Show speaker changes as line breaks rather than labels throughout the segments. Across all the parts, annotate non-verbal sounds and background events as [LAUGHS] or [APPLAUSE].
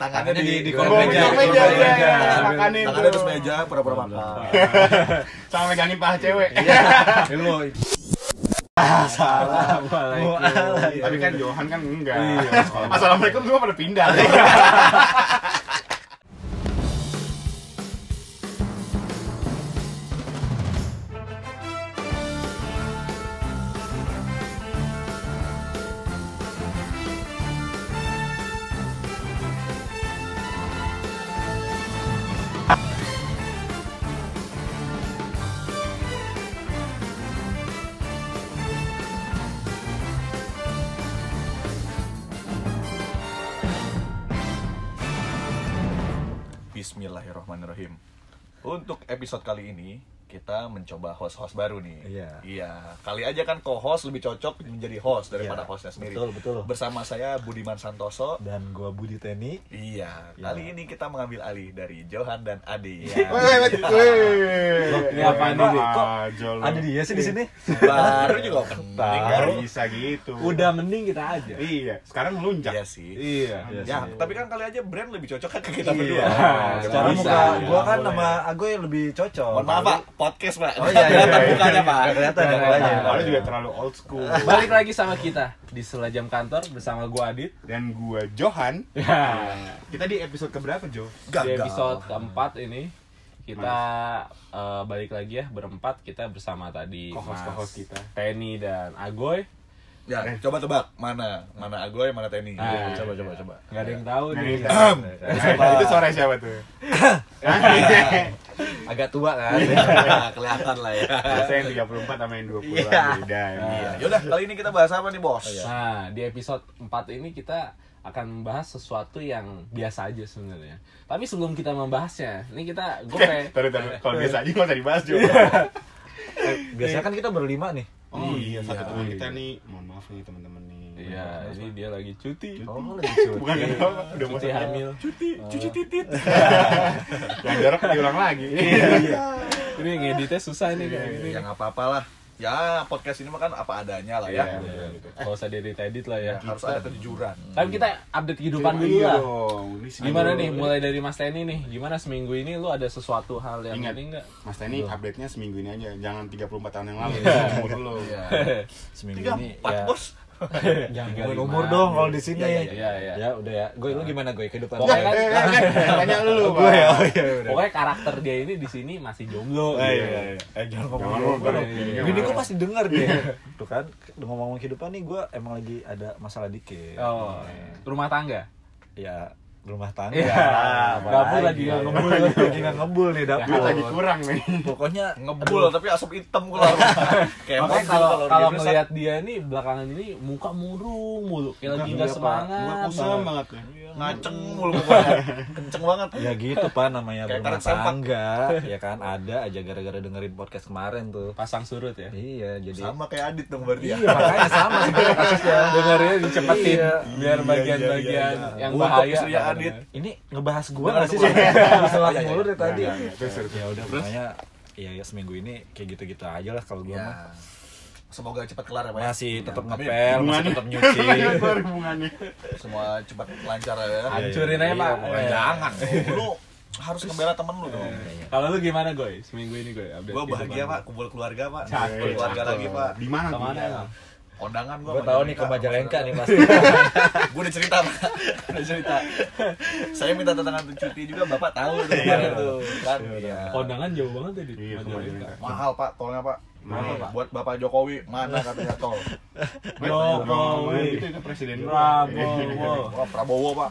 tangannya
Tangannya
di
di- di
kolong
kolong
meja,
meja,
kolong
iya,
meja.
iya, iya,
Sambil-
makanin
tangannya
tuh.
terus meja pura-pura makan
Sama megangin paha cewek.
Iya, Ilmu. Assalamualaikum.
Tapi kan Johan kan enggak.
Iya.
Assalamualaikum semua pada pindah.
Bismillahirrahmanirrahim untuk episode kali ini kita mencoba host-host baru nih
Iya.
iya kali aja kan co-host lebih cocok menjadi host
Iya.
daripada hostnya sendiri
Betul, betul.
bersama saya Budiman Santoso
[LAUGHS] Dan gua Budi Teni.
Iya,
Iya.
kali ini kita mengambil alih dari Johan dan Adi.
Woi, woi, woi.
Loh,
Iya,
ini apaan ini? Kok ada dia sih di sini?
Baru juga penting.
Enggak Iya, bisa gitu.
Udah mending kita aja.
Iya, sekarang melunjak.
Iya sih.
Iya.
Ya, tapi kan kali aja brand lebih cocok kan ke kita
Iya.
berdua. Secara
Secara
Secara
bisa.
muka
iya,
gua kan
boleh.
sama Agoy lebih cocok.
Mohon maaf, Pak. Podcast, Pak.
Oh iya, iya,
Kelihatan
iya.
mukanya, Pak.
Kelihatan ya,
mukanya.
kelihatan.
Kalau Iya. juga terlalu old
[LAUGHS]
school.
Balik lagi sama kita di Selajam Kantor bersama gua Adit
Dan gua Johan.
Iya.
Ya.
Kita di episode keberapa, Jo?
Di episode keempat ini kita eh, balik lagi ya berempat kita bersama tadi
Co-host- co-host kita.
Teni dan Agoy.
Ya, coba tebak mana? Mana Agoy, mana Teni?
Eh.
Iya,
Ah.
coba coba coba.
Gak ada yang tahu
Nggak
nih.
ada yang
[LAUGHS]
Itu suara siapa tuh? Hah?
Iya.
Agak tua kan. [LAUGHS]
Ya, kelihatan lah ya.
Biasanya yang 34 sama yang 20
Iya.
lah, beda ya.
Iya, yaudah kali ini kita bahas apa nih, Bos?
Nah, di episode 4 ini kita akan membahas sesuatu yang biasa aja sebenarnya. Tapi sebelum kita membahasnya, ini kita gue
[LAUGHS] Oke,
kayak
taruh taruh. Kalau biasa aja nggak usah dibahas Jo.
biasanya kan kita berlima nih.
Oh iya, satu
Iya.
teman kita nih, mohon maaf nih teman-teman nih.
Iya, ini dia lagi cuti.
Oh, lagi cuti.
Bukan kan udah mau
Cuti hamil. Eh,
Cuti, cuci titit.
Yang jorok diulang lagi. Iya,
Ini ngeditnya susah nih kayak gini.
Ya nggak apa-apalah. Ya, podcast ini mah kan apa adanya lah ya.
Iya.
Kalau usah diedit-edit lah ya.
Harus ada kejujuran.
Tapi kita update kehidupan dulu
Iya
lah.
dong. Ini sih.
Gimana
Aduh.
nih, mulai dari Mas Teni nih, gimana seminggu ini lu ada sesuatu hal yang
Ingat.
ini enggak?
Mas Tani update-nya seminggu ini aja, jangan 34 tahun yang lalu. Umur lu.
Iya.
Seminggu
Tiga
iya.
ini
empat
ya.
bos.
Jangan
Tiga,
gangguin
lima.
umur dong kalau di sini.
Iya, iya, iya, iya.
Ya, udah ya. Gue lu gimana gue kehidupan? ya?
Eh,
Pokoknya
Pokoknya
kan-
iya,
eh, eh, [LAUGHS] kan, Tanya lu.
gue ya.
Pak.
Oh iya udah.
Pokoknya karakter dia ini di sini masih
Eh,
jomblo. gitu.
iya, iya. Eh, jangan ngomong
Jangan
ngomong.
ngomong,
Gini
Iya.
jangan.
Bini gue pasti denger deh. Tuh kan, ngomong-ngomong kehidupan nih gue emang lagi ada masalah dikit.
Oh, rumah tangga.
Ya rumah tangga.
Iya.
Apalagi. ya.
Dapur lagi nggak ngebul.
Lagi nggak ngebul Iya, nih
Duit
dapur.
lagi kurang nih.
Pokoknya
Ngebul tapi asap hitam
[LAUGHS]
keluar. Kayak
Makanya
mobil
kalau kalau
dia rusak.
melihat dia ini belakangan ini muka murung mulu, kayak lagi nggak
Gua
semangat. Nah,
kusam
banget.
banget ya.
ngaceng mulu pokoknya. Kenceng banget.
Iya,
ya gitu pak namanya
Kayak
berumah
karet sempak.
tangga ya kan ada aja gara-gara dengerin podcast kemarin tuh
Pasang surut ya.
iya jadi
Sama kayak Adit dong berarti ya.
iya makanya sama sebenarnya kasusnya
Dengarnya dicepetin
Iya.
biar
Iya,
bagian-bagian
iya, iya.
yang
Untuk
bahaya.
istrinya Adit.
ini ngebahas gua
Jangan
nggak sih
gua.
setelah
Iya, iya,
mulu dari tadi
Iya, iya, terus, terus.
ya udah pokoknya
iya,
ya, ya seminggu ini kayak gitu-gitu aja lah kalau gua
Ya.
mah
Semoga cepat kelar ya, Pak. ya.
Iya. masih tetap
Amin.
ngepel masih
Hubungannya. Iya.
tetap
[LAUGHS]
nyuci
Keluar hubungannya.
Semua cepat lancar ya.
Hancurin aja,
Iya,
Pak.
bukan
Eh.
Jangan. Lu harus ngebela temen lu
Iya,
dong.
Kalau lu gimana, Goy? Seminggu ini, Goy? update gitu,
Gua
kehidupan
bahagia,
lu.
Pak. Kumpul keluarga, Pak.
Cakep.
Kumpul keluarga lagi, Pak.
Di mana tuh?
Kemana emang?
Kondangan gua.
gua
sama
tahu nih ke
Jakarta.
Majalengka nih pasti
[LAUGHS]
[LAUGHS]
Gua udah cerita, Pak. Udah cerita. Saya minta tantangan cuti juga, Bapak tahu tuh kemarin tuh. Kan. Iya.
Kondangan jauh banget tadi.
Iya, ke Majalengka.
Mahal, Pak. Tolnya, Pak. Iya.
Mahal, Pak.
Buat Bapak Jokowi, mana katanya tol?
Jokowi.
Itu gitu, itu presiden gua.
Prabowo.
Wah, Prabowo, Pak.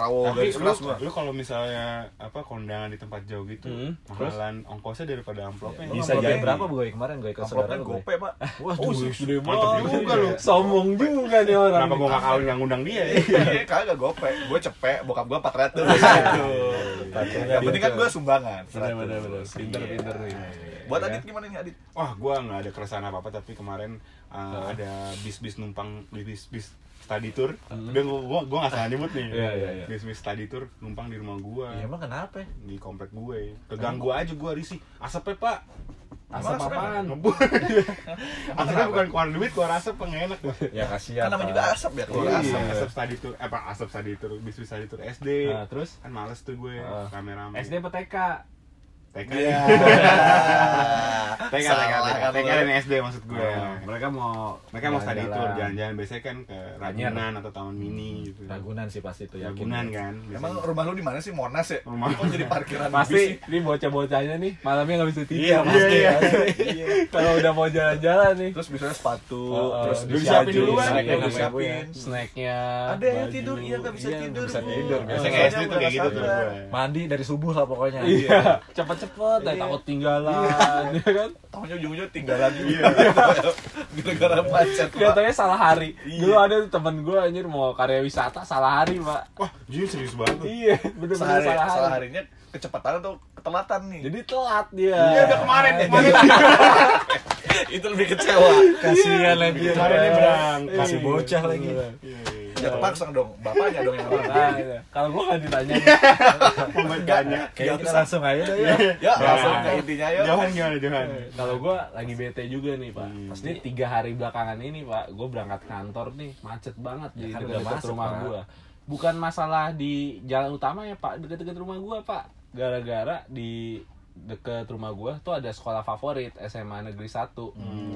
Prabowo
Tapi
garis
iya. lu,
keras, Pak.
lu kalau misalnya apa kondangan di tempat jauh gitu,
Hmm,
mahalan ongkosnya daripada amplopnya.
bisa
Amplopnya
jadi
ini.
berapa gue kemarin gue ke saudara
Amplopnya
gue
gope, Pak.
Waduh, gede
mantap juga lu.
Sombong juga nih orang.
Kenapa gua gak kawin yang ngundang dia ya?
Iya, kagak gope. Gue cepek, bokap gue 400 gitu.
Iya,
Yang penting kan gue sumbangan.
Bener, bener, bener. Pinter, pinter nih. Iya
Buat
kan?
Adit gimana nih Adit?
Wah, gua nggak ada keresahan apa-apa tapi kemarin uh, ada bis-bis numpang bis-bis study tour. Dan gua gua, gua gak salah nyebut nih.
Iya, iya, iya.
Bis-bis study tour numpang
Iya,
di rumah gua.
ya emang kenapa
di komplek gue keganggu aja gue risih asapnya pak
Emang
Asap
asapnya
apaan?
ngebut asalnya bukan keluar duit keluar asap pengenak loh
ya kasihan
Kan namanya
Pak.
juga asap ya kalau
keluar
asap.
asap asap study tour apa asap study tour bis bis study tour SD
Nah, terus
kan males tuh gue
Ah.
rame-rame
SD apa TK?
TK
[LAUGHS] Iya.
TK TK
Salah kan
TK
lu.
dan SD maksud gue
Nah, mereka mau
mereka mau study
jalan-jalan.
tour jalan-jalan biasanya kan ke
Anyer.
Ragunan atau Taman Mini gitu
Ragunan sih pasti itu yakin
Ragunan kan
Emang
biasanya.
rumah lu di mana sih? Monas ya?
Rumah.
Kok jadi parkiran
Pasti
bis?
ini bocah-bocahnya nih malamnya nggak bisa tidur.
Kan Iya, pasti.
Iya.
Iya.
[LAUGHS] Kalau udah mau jalan-jalan nih.
Terus misalnya sepatu,
Oh, oh,
terus
udah
disiapin
baju,
duluan,
snacknya
ya,
udah disiapin.
Snacknya.
Ada yang
Iya, baju.
tidur, iya nggak bisa
Iya,
tidur.
bisa
Bu.
tidur.
biasanya
Soalnya
SD tuh
udah
kayak gitu tuh
sadar.
gue
mandi dari subuh lah pokoknya
Iya, cepet-cepet, dan takut [LAUGHS] tinggalan, ya kan?
Taunya ujung-ujungnya tinggal lagi. [LAUGHS] Gara-gara macet. Pak.
Kelihatannya salah hari. Dulu ada tuh temen gue anjir mau karya wisata salah hari, Pak.
wah Jun serius banget tuh
Iya, bener-bener
Sehari,
salah hari.
salah harinya kecepatan atau ketelatan nih.
Jadi [LAUGHS] telat dia.
Iya udah kemarin ya.
itu lebih [LAUGHS] kecewa.
kasihan lagi
Iya, Kemarin dia
Iya.
berangkat.
kasih bocah lagi
Ya kepaksa dong, bapaknya dong yang
Nah, [LAUGHS]
marah.
iya. Kalau gua kan ditanya, [LAUGHS]
Pembacanya.
kayaknya kita langsung aja deh ya
Ya,
Nah.
langsung ke intinya yuk.
Johan gimana Johan? [LAUGHS]
kalau gua lagi bete juga nih pak. Pasti tiga hari belakangan ini pak, gua berangkat kantor nih macet banget di
kan udah
dekat
masuk,
rumah
Pak.
gua. Bukan masalah di jalan utama ya pak, deket-deket rumah gua pak. Gara-gara di deket rumah gua tuh ada sekolah favorit SMA Negeri 1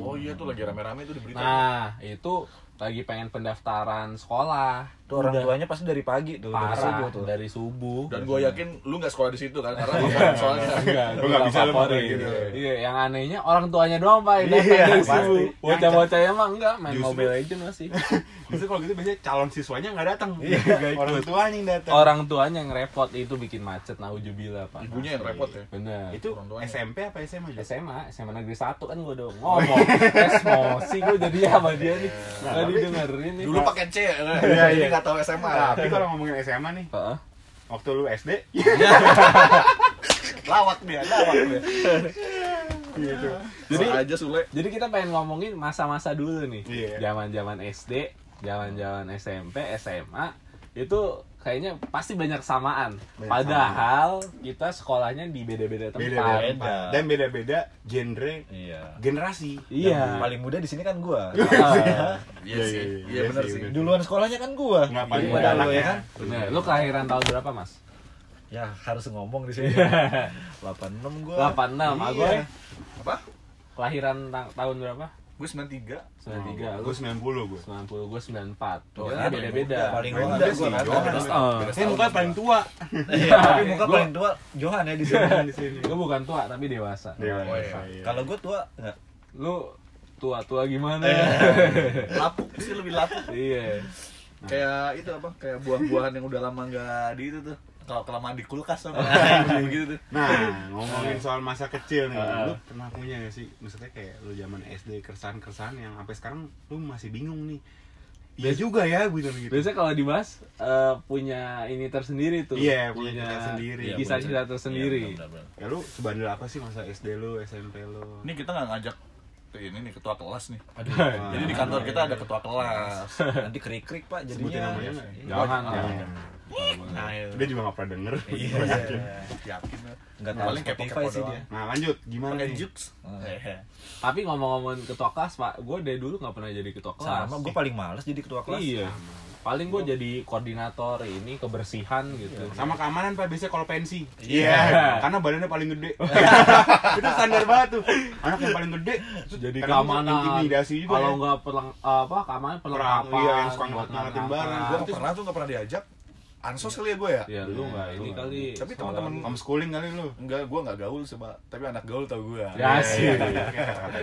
Oh iya tuh lagi rame-rame tuh di berita.
Nah itu lagi pengen pendaftaran sekolah.
tuh orang
Udah
tuanya pasti dari pagi tuh dari
parah,
subuh tuh
dari subuh.
Dan gue yakin lu nggak sekolah di situ kan karena bukan soalnya. kan.
Enggak,
Lu nggak bisa lu
favorit.
pakai gitu.
Iya, yang anehnya orang tuanya doang pak yang
Iya,
datang dari
pasti.
subuh. Bocah-bocahnya mah enggak main
Justru-
Mobile Legends
[LAUGHS]
masih.
Justru kalau gitu biasanya calon siswanya nggak datang. Gitu,
nggak ikut.
Orang tuanya yang datang.
orang tuanya yang repot itu bikin macet naujubillah pak.
Ibunya yang repot ya?
Bener.
itu
orang tuanya.
SMP apa SMA juga?
SMA, SMA Negeri 1 kan gue udah ngomong [LAUGHS] Tes mosi gue jadi sama dia nih Gak didengerin nih
Dulu
Pak.
pakai C ya, kan?
Iya,
jadi
iya.
nggak tahu SMA.
Tapi kalau ngomongin SMA nih,
Heeh.
waktu lu SD
Lawak dia, lawak dia.
gitu.
Jadi aja Sule.
Jadi kita pengen ngomongin masa-masa dulu nih.
Iya.
Zaman-zaman SD, zaman-zaman SMP, SMA itu kayaknya pasti banyak kesamaan.
Banyak
Padahal kita sekolahnya di beda-beda
Beda-beda
tempat.
tempat. dan beda-beda genre
iya
generasi.
Dan
Iya.
paling muda di sini kan gua
Heeh.
Iya sih. Iya benar sih.
bener.
duluan sekolahnya kan gua
Nggak paling
Daripada
muda
lu,
anaknya.
ya kan
Bener. Lu kelahiran tahun berapa, Mas?
ya harus ngomong di sini
Iya.
86 gua
86. Ah, gue
Iya.
Apa?
kelahiran ta- tahun berapa?
Gue 93.
93. Lu
Gue 90 gue.
90, gue 94.
Tuh,
Pokoknya
kan?
Iya, beda-beda.
paling
Paling
muda
muda
gua
sih,
kan
Johan.
Terus,
Heeh.
Saya muka Eh, paling tua.
tapi muka
Gua-
paling tua Johan ya di sini
di sini.
Gue Iya. bukan tua tapi dewasa.
Oh, iya.
kalau gua tua nggak
Lu tua-tua gimana ya?
Lapuk sih lebih lapuk.
[LAUGHS] Iya.
Kayak itu apa? Kayak buah-buahan yang udah lama nggak di itu tuh. Kalau kelamaan di kulkas apa gitu tuh. Ah.
Nah, ngomongin soal masa kecil nih, lu pernah punya gak sih? Maksudnya kayak lu zaman SD keresahan-keresahan yang sampai sekarang lu masih bingung nih. Iya juga ya, gue bilang gitu.
Biasanya kalau dibahas eh, punya ini tersendiri tuh.
Iya, punya cerita sendiri.
Iya, Kisah-kisah tersendiri.
Iya, benar-benar.
Ya lu sebandel apa sih masa SD lu, SMP lu?
Ini kita nggak ngajak ini nih ketua kelas nih.
Aduh,
Ah.
Jadi di kantor kita ada ketua kelas.
nanti krik-krik pak
sebutin
jadinya
namanya nggak?
Jangan.
Ah.
Jangan.
Nah, iya.
Ah. Dia juga gak pernah denger. [LAUGHS]
iya
yakin lah.
nggak tahu
Paling kepo-kepo
Spotify sih
doang.
dia Iya.
Nah, lanjut. Gimana
Pakai
nih?
jukes. Hehe.
Tapi ngomong-ngomong ketua kelas, Pak, gue dari dulu nggak pernah jadi ketua kelas.
sama gua paling males jadi ketua kelas
Iya. Paling gue jadi koordinator ini kebersihan gitu.
Iya,
Sama keamanan Pak biasanya kalau pensi. Iya. Karena badannya paling
[LAUGHS]
gede. Itu standar banget tuh. Anak yang paling gede terus
Jadi
kadang
keamanan.
intimidasi juga.
Kalau
ya.
nggak perleng apa keamanan
Perang,
perlengkapan
iya, yang suka
buat
ngangkat-ngangkatin
ngangkat.
barang.
Gua waktu Ah, pernah tuh nggak pernah diajak. Ansos kali ya gue ya.
Iya, lu nggak ini kali.
Tapi
sekolah.
teman-teman
homeschooling kali lu.
enggak, gue nggak gaul sama. Tapi anak gaul tau gue.
Iya,
Ya sih.
[LAUGHS] enak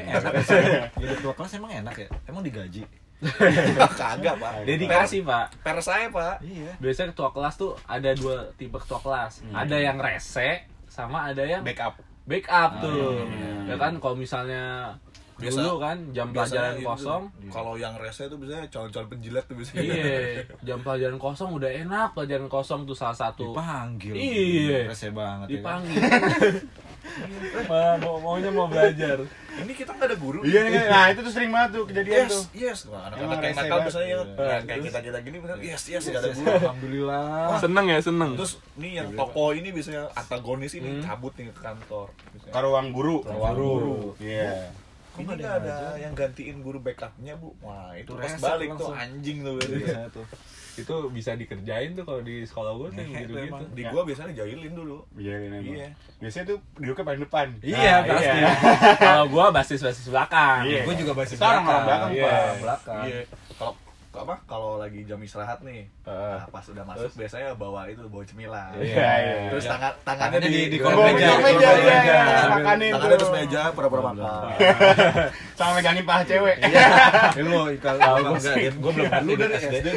ya sih. jadi ketua kelas emang enak ya emang digaji
[LAUGHS] Kagak pak.
Dedikasi, Pak.
Per saya pak.
iya
Biasanya ketua kelas tuh ada dua tipe ketua kelas.
Hmm.
Ada yang rese sama ada yang
Backup.
backup tuh. Ya kan kalau misalnya
Biasa-
dulu kan jam pelajaran kosong.
gitu. Kalau yang rese tuh biasanya calon-calon penjilat tuh biasanya.
Iya, jam pelajaran kosong udah enak, pelajaran kosong tuh salah satu
dipanggil
Iya.
rese banget ya kan?
dipanggil. Malah mau maunya mau belajar.
Ini kita nggak ada guru.
Iya, iya. nah itu tuh sering banget tuh kejadian tuh.
Yes, yes. Wah, anak-anak
Emang
kayak
rese
nakal
banget.
biasanya yang
Iya.
yang kayak kita-kita gini bener, yes, yes, nggak ada guru.
Alhamdulillah.
Seneng ya, seneng.
Terus nih yang toko ini biasanya antagonis ini cabut nih ke kantor. Biasanya.
Ke ruang guru. Ke
ruang guru.
Iya.
Kok nggak ada, yang gantiin guru backupnya bu? Wah itu
Itu
pas
reset
balik
langsung.
tuh anjing tuh berarti.
Biasanya tuh.
itu bisa dikerjain tuh kalau di sekolah gue tuh
Ngehe
gitu
tuh emang.
gitu.
Di gua biasanya dijailin dulu.
Iya, memang.
Iya.
Biasanya tuh duduknya paling depan.
Iya,
Nah,
pasti. kalau gua basis-basis belakang.
Iya.
Gue juga basis
Sekarang orang belakang,
Iya,
Pak.
orang belakang.
Iya. Kalau apa kalau lagi jam istirahat nih
Heeh.
nah, pas udah masuk biasanya bawa itu bawa cemilan
Iya, iya.
terus tangan tangannya,
Tangannya
di,
di- di
Bawa
kolong
kolong
meja,
meja, di
meja,
kolong
iya, iya,
meja.
tangannya
makanin tuh.
terus meja pura-pura makan
Sama megangin paha cewek.
Eh, lu ikal
gua
enggak, gue belum
lu dari SD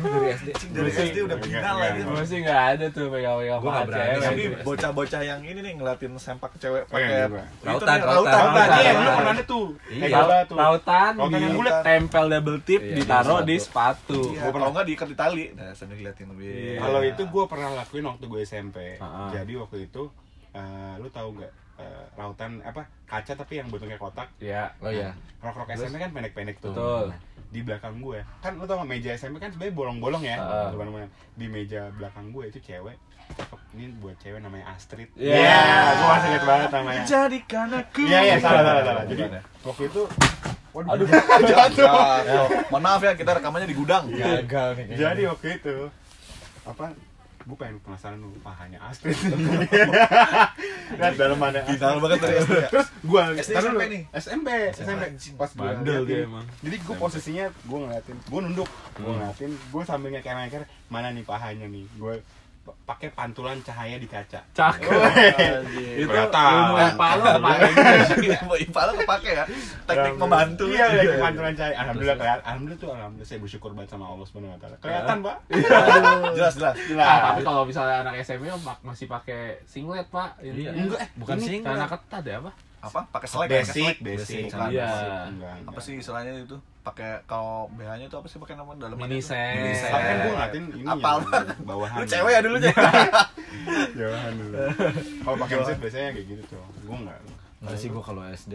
Gue dari SD.
Cing, dari
Masih.
SD udah
Enggak,
final
enggak,
lagi
Gue sih nggak ada tuh pegang-pegang
Gua
paha
nggak berani
cewek.
tapi
Iya.
bocah-bocah yang ini nih ngelatin sempak cewek
iya,
pakai
gua.
itu
Rautan,
nih,
rautan.
Tambah,
Rautan,
iya,
rautan.
lu pernah ada tuh.
Iya,
Kayak gua tuh.
Lautan,
Lautan
di
yang bulat.
tempel double tip
Iya,
ditaruh
di
di sepatu.
Iya,
Gua pernah-
kalau nggak diikat di tali nah sambil ngeliatin lebih
Iya.
Kalau itu gue pernah lakuin waktu gue SMP.
Ah.
Jadi waktu itu eh, lu tahu nggak eh, rautan apa kaca tapi yang bentuknya kotak.
Iya, oh iya.
Rok-rok
Terus?
SMP kan pendek-pendek tuh.
Betul.
Nah, Di belakang gue, kan lu tau nggak meja SMP kan sebenarnya bolong-bolong ya.
Ah.
Teman-teman. Di meja belakang gue itu cewek. cakep. Ini buat cewek namanya Astrid.
Iya.
gue masih inget banget namanya.
Jadikan aku.
Iya iya salah salah salah. Jadi waktu itu waduh.
[LAUGHS] Jatuh. Mohon maaf ya, kita rekamannya di gudang.
Iya.
Gagal nih kayaknya.
Jadi waktu itu apa gue pengen penasaran lu pahanya
[LAUGHS]
Astrid lihat dalam ada
Final banget tadi.
terus gue
SD,
taruh
SMP
dulu.
nih?
SMP SMP pas gue
Bandel dia emang.
jadi gue posisinya gue ngeliatin gue nunduk gue ngeliatin gue sambil ngeker-ngeker mana nih pahanya nih gue p- pakai pantulan cahaya di kaca
Cakep. Itu
Kelihatan.
ilmu yang palu apa?
[LAUGHS] Ipal kepake ya. Teknik
Alhamdulillah.
membantu.
iya iya, pantulan cahaya alhamdulillah kelihatan alhamdulillah tuh alhamdulillah saya bersyukur banget sama Allah subhanahu wa taala kelihatan pak
Jelas jelas.
Ah,
jelas
tapi kalau misalnya anak SMP mak- masih pakai singlet, Pak. Ini
Iya.
Enggak, eh,
Bukan
ini
singlet.
Celana ketat ya, apa?
Apa? Pakai selek. ya? pakai
basic
selek.
basic
Bukan,
Iya.
Enggak, enggak.
Apa sih istilahnya itu? Pakai kalau BH-nya itu apa sih pakai nama dalam
Miniset.
Miniset.
Tapi kan gue ngeliatin ini
Apal banget.
bawahan.
Lu cewek ya
Iya,
dulunya.
Jawahan dulu. Kalau pakai headset biasanya kayak gitu tuh. Gue enggak.
Nggak sih gue kalau SD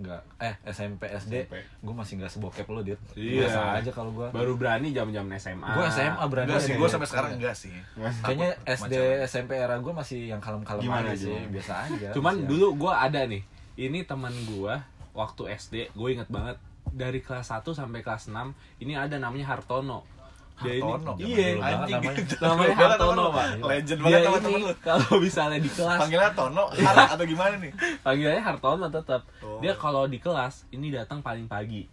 nggak eh SMP SD
SMP.
gue masih nggak sebokep lo dit
Iya.
biasa aja kalau gue
Baru berani jam-jam SMA.
gue SMA berani
Enggak sih,
SD.
gua sampai sekarang enggak sih.
kayaknya
Takut sama
SD
cewek.
SMP era gue masih yang kalem kalem
Gimana,
aja sih
gimana?
biasa aja
Cuman
masih-
dulu gue ada nih. Ini teman gue waktu SD, gue inget banget dari kelas 1 sampai kelas 6 ini ada namanya Hartono. Dia
Hartono.
ini, iya,
dulu
Anjing
namanya.
gitu.
namanya Hartono pak.
Legend
Dia
banget teman-teman
ini
lu.
Kalau misalnya di kelas
Panggilnya Tono,
[LAUGHS]
Har atau gimana nih?
panggilannya Hartono tetap.
Oh.
Dia kalau di kelas ini datang paling pagi.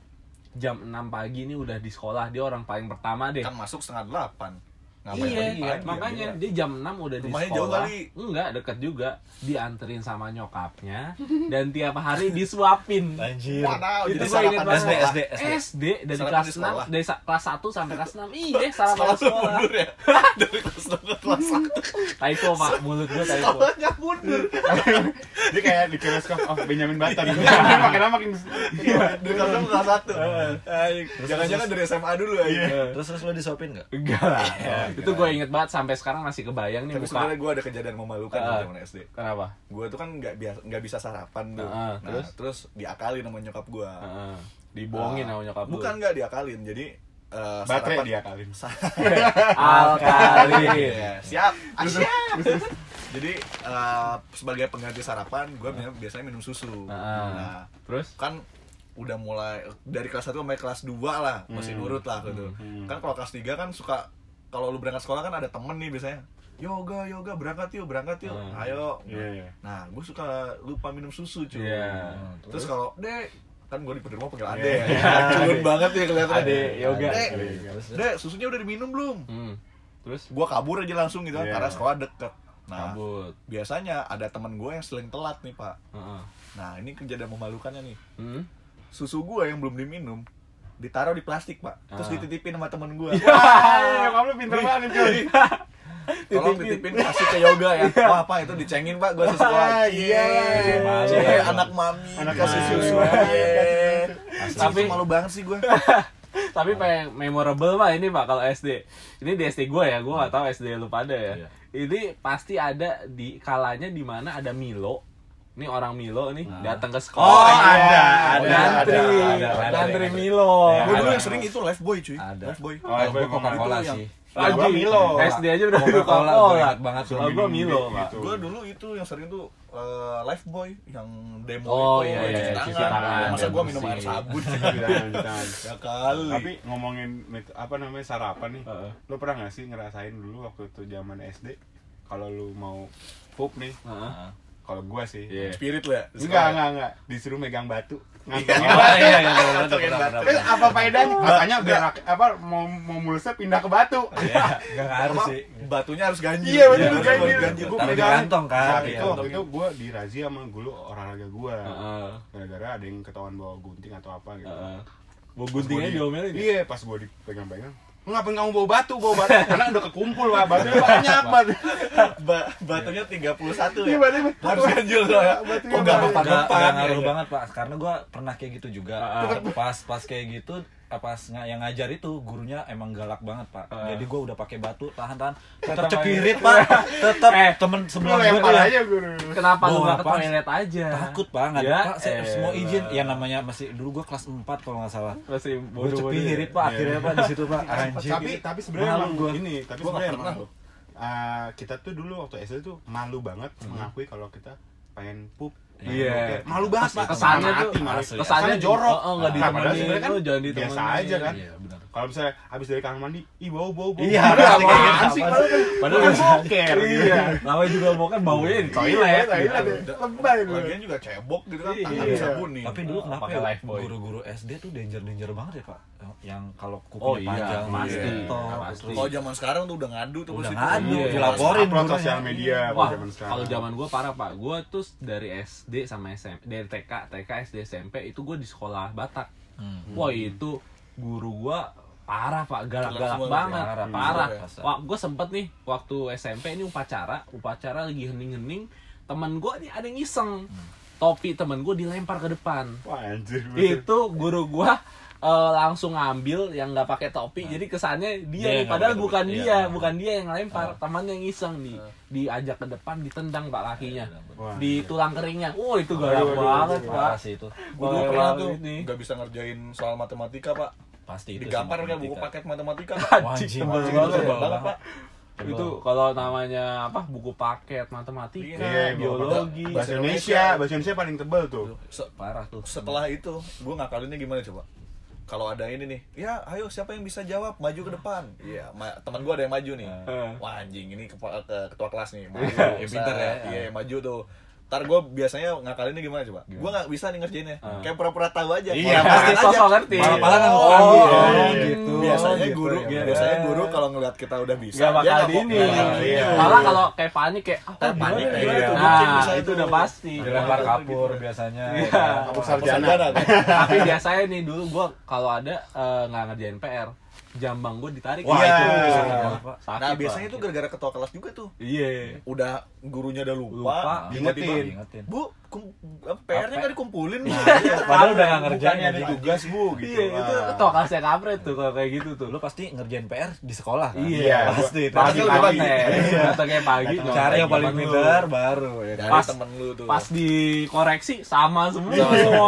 Jam 6 pagi ini udah di sekolah, dia orang paling pertama deh.
Kan masuk setengah delapan. Ngapain
Iya,
pagi-pagi ya?
makanya dia jam 6 udah di
Rumahnya
sekolah.
jauh kali.
Enggak, deket juga. Dianterin sama nyokapnya dan tiap hari disuapin.
Anjir.
Wadaw, Iya. jadi
Itu gua inget
sarapan
banget.
SD, SD.
SD dari
Sarapan
kelas
di sekolah.
6 dari sa- kelas 1 sampai kelas 6. Iya, sarapan
Sekolah
di
lu
sekolah.
mundur
[LAUGHS]
ya? Dari kelas 6 ke kelas
Typo, Pak. Mulut gua
1
typo.
Sekolahnya mundur
Dia kayak di kiroskop oh Benjamin Button.
Iya.
Dia makin lama makin Iya.
Dari kelas 6 ke kelas 1 Jangan-jangan dari SMA dulu ya
Iya.
terus terus lo disuapin nggak
Enggak lah. Itu gue inget banget sampai sekarang masih kebayang
Oh,
nih
Tapi
muka.
sebenarnya gue ada kejadian memalukan di
Ah.
zaman SD
Kenapa?
Gue tuh kan nggak biasa nggak bisa sarapan tuh Nah,
Ah, terus?
terus diakalin sama nyokap gue
Heeh. Dibohongin sama nyokap lu.
Bukan nggak diakalin jadi eh,
baterai
sarapan-
dia
[LAUGHS]
kali.
Alkali.
Iya, Siap Asyik Jadi eh, sebagai pengganti sarapan gue biasanya minum susu
Heeh.
Nah
[LAUGHS] Terus?
kan udah mulai dari kelas 1 sampai kelas 2 lah masih nurut lah gitu kan kalau kelas 3 kan suka kalau lu berangkat sekolah kan ada temen nih biasanya yoga yoga berangkat yuk berangkat yuk
Hmm.
ayo
Iya, iya.
nah gue suka lupa minum susu cuy
Iya.
terus kalau dek kan gue di rumah panggil ade [LAUGHS] ya culun banget ya kelihatannya
Ade, yoga.
dek
terus
dek susunya udah diminum belum
Hmm. Terus
gue kabur aja langsung gitu kan
Iya.
karena sekolah deket nah
kabut.
biasanya ada temen gue yang sering telat nih pak
Heeh.
nah ini kejadian memalukannya nih
Hmm.
susu gue yang belum diminum ditaruh di plastik pak terus
Ah.
dititipin sama temen gue
Ah, kamu pinter banget cuy.
tolong dititipin kasih ke yoga
Iya.
ya wah apa itu dicengin pak gue sesuatu
Ah, iya.
Malu
Cie,
ya.
anak mami Iya.
Anak
kasih
mami.
susu
Wah,
tapi
Tapi-
malu banget sih gue
Tapi pengen memorable pak ini pak kalau SD. Ini di SD gue ya, gue gak tahu SD lu pada ya. Ini pasti ada di kalanya di mana ada Milo Ini orang Milo nih datang ke sekolah.
Oh,
iya,
ada, ada,
Ngantri,
ada, ada,
ngantri
ada.
Milo.
Ya,
Gue iya, dulu
ada.
yang sering itu live boy cuy.
Ada. iya.
Live boy.
Oh, Live Boy
gue Coca-Cola
itu yang-
sih.
Lah, gua Milo.
SD aja udah
Coca-Cola gue
Coca-Cola.
ingat banget
Kalau gua Milo, Pak.
Gue dulu itu yang sering tuh eh, live boy yang demo
Oh,
itu
iya,
cuci
iya,
tangan.
cuci tangan,
Masa gue
bersih.
minum air sabun sih?
[LAUGHS]
Ya kali.
Tapi ngomongin met- apa namanya sarapan nih,
Heeh.
lo pernah nggak sih ngerasain dulu waktu itu zaman SD kalau lu mau pup nih,
Heeh.
kalau gua sih,
Iya.
spirit lo ya. di
enggak
sekolah.
enggak enggak disuruh megang batu, ngantongin
Oh,
batu.
iya, iya, iya, bener, bener, bener,
Terus
bener.
apa faedahnya? Katanya berak apa mau mau mulusnya pindah ke batu.
Gak harus iya. sih.
Batunya harus ganjil.
Iya bener
Harus
ganjil.
ganjil.
Gua
Taruh di
pegang.
kantong, kan?
Saat
Iya,
itu waktu
kantongin.
itu gue dirazia sama guru olahraga gue.
Heeh.
Gara-gara ada yang ketahuan bawa gunting atau apa gitu.
Heeh. Mau
Pas gua
guntingnya
di-
diomelin. ya?
Iya pas gue dipegang-pegang. "Lu Ngapain kamu bawa batu? Bawa batu [LAUGHS] karena udah kekumpul lah. Batunya banyak banget.
Ba- Batunya 31
Iya
ya.
batunya
Harus ganjil lo ya.
Batunya
Iya,
Kok gak
banyak.
mempan
Gak,
mempan
gak ngaruh banget pak, karena gue pernah kayak gitu juga. Pas pas kayak gitu, eh, pas nga- yang ngajar itu gurunya emang galak banget pak. Jadi gue udah pakai batu tahan-tahan, tetap
Tetep
cekirit pak, tetap
Eh,
temen
Lu
sebelah gue
lempar
tuh ya.
aja guru.
Kenapa lu
Bawa
nggak ke
apaan?
toilet aja?
Takut pak, nggak
Ya,
ada pak, saya
elah.
semua izin. Ya namanya masih dulu gue kelas 4 kalau nggak salah.
Masih
Gue
bodoh-bodoh ya.
cekirit
Iya,
pak, akhirnya pak di situ pak. Anjir.
tapi tapi sebenarnya
Malu
emang
gua.
ini tapi
Gua nggak
sebenarnya
pernah
emang
loh.
uh, kita tuh dulu waktu SD tuh malu banget mengakui kalau kita pengen pup pengen
Iya.
boker. malu banget pak
kesannya
Sama
tuh
hati malu.
kesannya,
kesannya
oh,
jorok
oh, nggak
Nah, padahal
ditemenin,
sebenarnya kan
lu jangan
biasa
ditemenin.
aja kan
Iya, benar.
kalau misalnya abis dari kamar mandi ih bau bau bau
Iya,
Padahal
pasti
apaan
kayak gitu,
sih
apaan
kalau kan
Padahal
kan
bisa.
boker
Iya. Namanya juga mau kan baunya
Iya,
di toilet.
toilet
gitu.
lebay lu
Lagian juga cebok gitu kan, tangan
Iya.
disabunin.
Tapi dulu kenapa
pakai
ya
life boy.
guru-guru SD tuh danger-danger banget ya pak? Yang kalau
Oh,
kukunya
iya,
panjang,
pasti.
gitu.
Iya, pasti.
Kalau zaman sekarang tuh udah ngadu tuh
Udah
pasti tuh.
ngadu,
Iya.
dilaporin
upload
gurunya.
sosial media
Wah,
eh. kalau Iya, zaman sekarang
kalau zaman gue parah pak, gue tuh dari SD sama SMP, dari TK, TK, SD, SMP itu gue di sekolah Batak.
Hmm.
Wah itu guru gue parah pak, galak-galak
Galak semua,
banget,
ya? parah, iya,
parah.
parah.
Wah gue sempet nih waktu SMP ini upacara, upacara lagi hening-hening, teman gue nih ada yang iseng,
Hmm.
topi teman gue dilempar ke depan.
wah anjir bener.
itu guru gua eh, langsung ngambil yang nggak pakai topi jadi kesannya dia
Hmm. Dia
nih
yang
padahal
nggak pakai
bukan
topi,
dia
iya. Ah.
bukan dia yang lempar temannya yang iseng nih diajak ke depan ditendang pak lakinya
Wah,
di tulang keringnya wow itu galak
Aduh, aduh,
banget
aduh,
pak
Parah sih itu.
Gua dulu pernah tuh
nih
nggak bisa ngerjain soal matematika pak
Pasti itu. sih,
digampar kayak
matematika.
buku paket matematika
Wah, anjing,
tebel
anjing,
banget,
itu tebel
tebel banget pak
itu kalau namanya apa buku paket matematika
Iya, iya,
biologi
bahasa Indonesia bahasa Indonesia paling tebel tuh
Se-
Parah tuh.
setelah itu gue ngakalinnya gimana coba kalau ada ini nih ya ayo siapa yang bisa jawab maju ke depan iya ma- teman gue ada yang maju nih
Heeh.
wah anjing ini kepa- ke- ketua kelas nih maju bisa.
pinter ya.
iya maju tuh ntar gue biasanya ngakalinnya gimana coba gue nggak bisa nih ngerjainnya kayak pura-pura tahu aja
Iya,
Pura-pura aja.
pasti
kan
sosok ngerti
Malah-malah nggak
oh,
mau ambil.
oh,
Iya,
gitu
biasanya
gitu
guru
ya.
biasanya guru kalau ngeliat kita udah bisa
Gak bakal
nggak
di
mau-
ini.
nggak bakal di-
Iya.
Malah kalau kayak panik kayak ah,
Ntar
gimana,
panik,
gimana
iya.
tuh?
Mungkin
Nah,
bisa
itu
tuh.
udah pasti.
Dilempar kapur biasanya.
Iya.
ya.
Kampus
sarjana.
sarjana
kan?
Tapi biasanya nih dulu gua kalau ada eh, nggak ngerjain PR, jambang gua ditarik.
Wah,
Iya.
itu bisa
parah, Pak.
Sakit,
Nah
Pak.
biasanya tuh gara-gara ketua kelas juga tuh
Iya.
udah gurunya udah lupa,
Lupa,
tiba-tiba,
diingetin. Diingetin.
bu kum- PR-nya nggak dikumpulin Bu."
Iya, Padahal udah nggak ngerjain
Bukannya ada
ya.
tugas bu gitu
Iya, itu ketua kelasnya kampret tuh kalau kayak gitu tuh.
Lu pasti ngerjain PR di sekolah kan?
Iya.
Pasti itu.
Pagi
Datangnya
pagi.
pagi.
Datangnya pagi.
Pasti Cari yang paling
Jawaban lu.
pintar baru ya kan?
dari
Pas-
temen lu tuh
Pas dikoreksi sama semua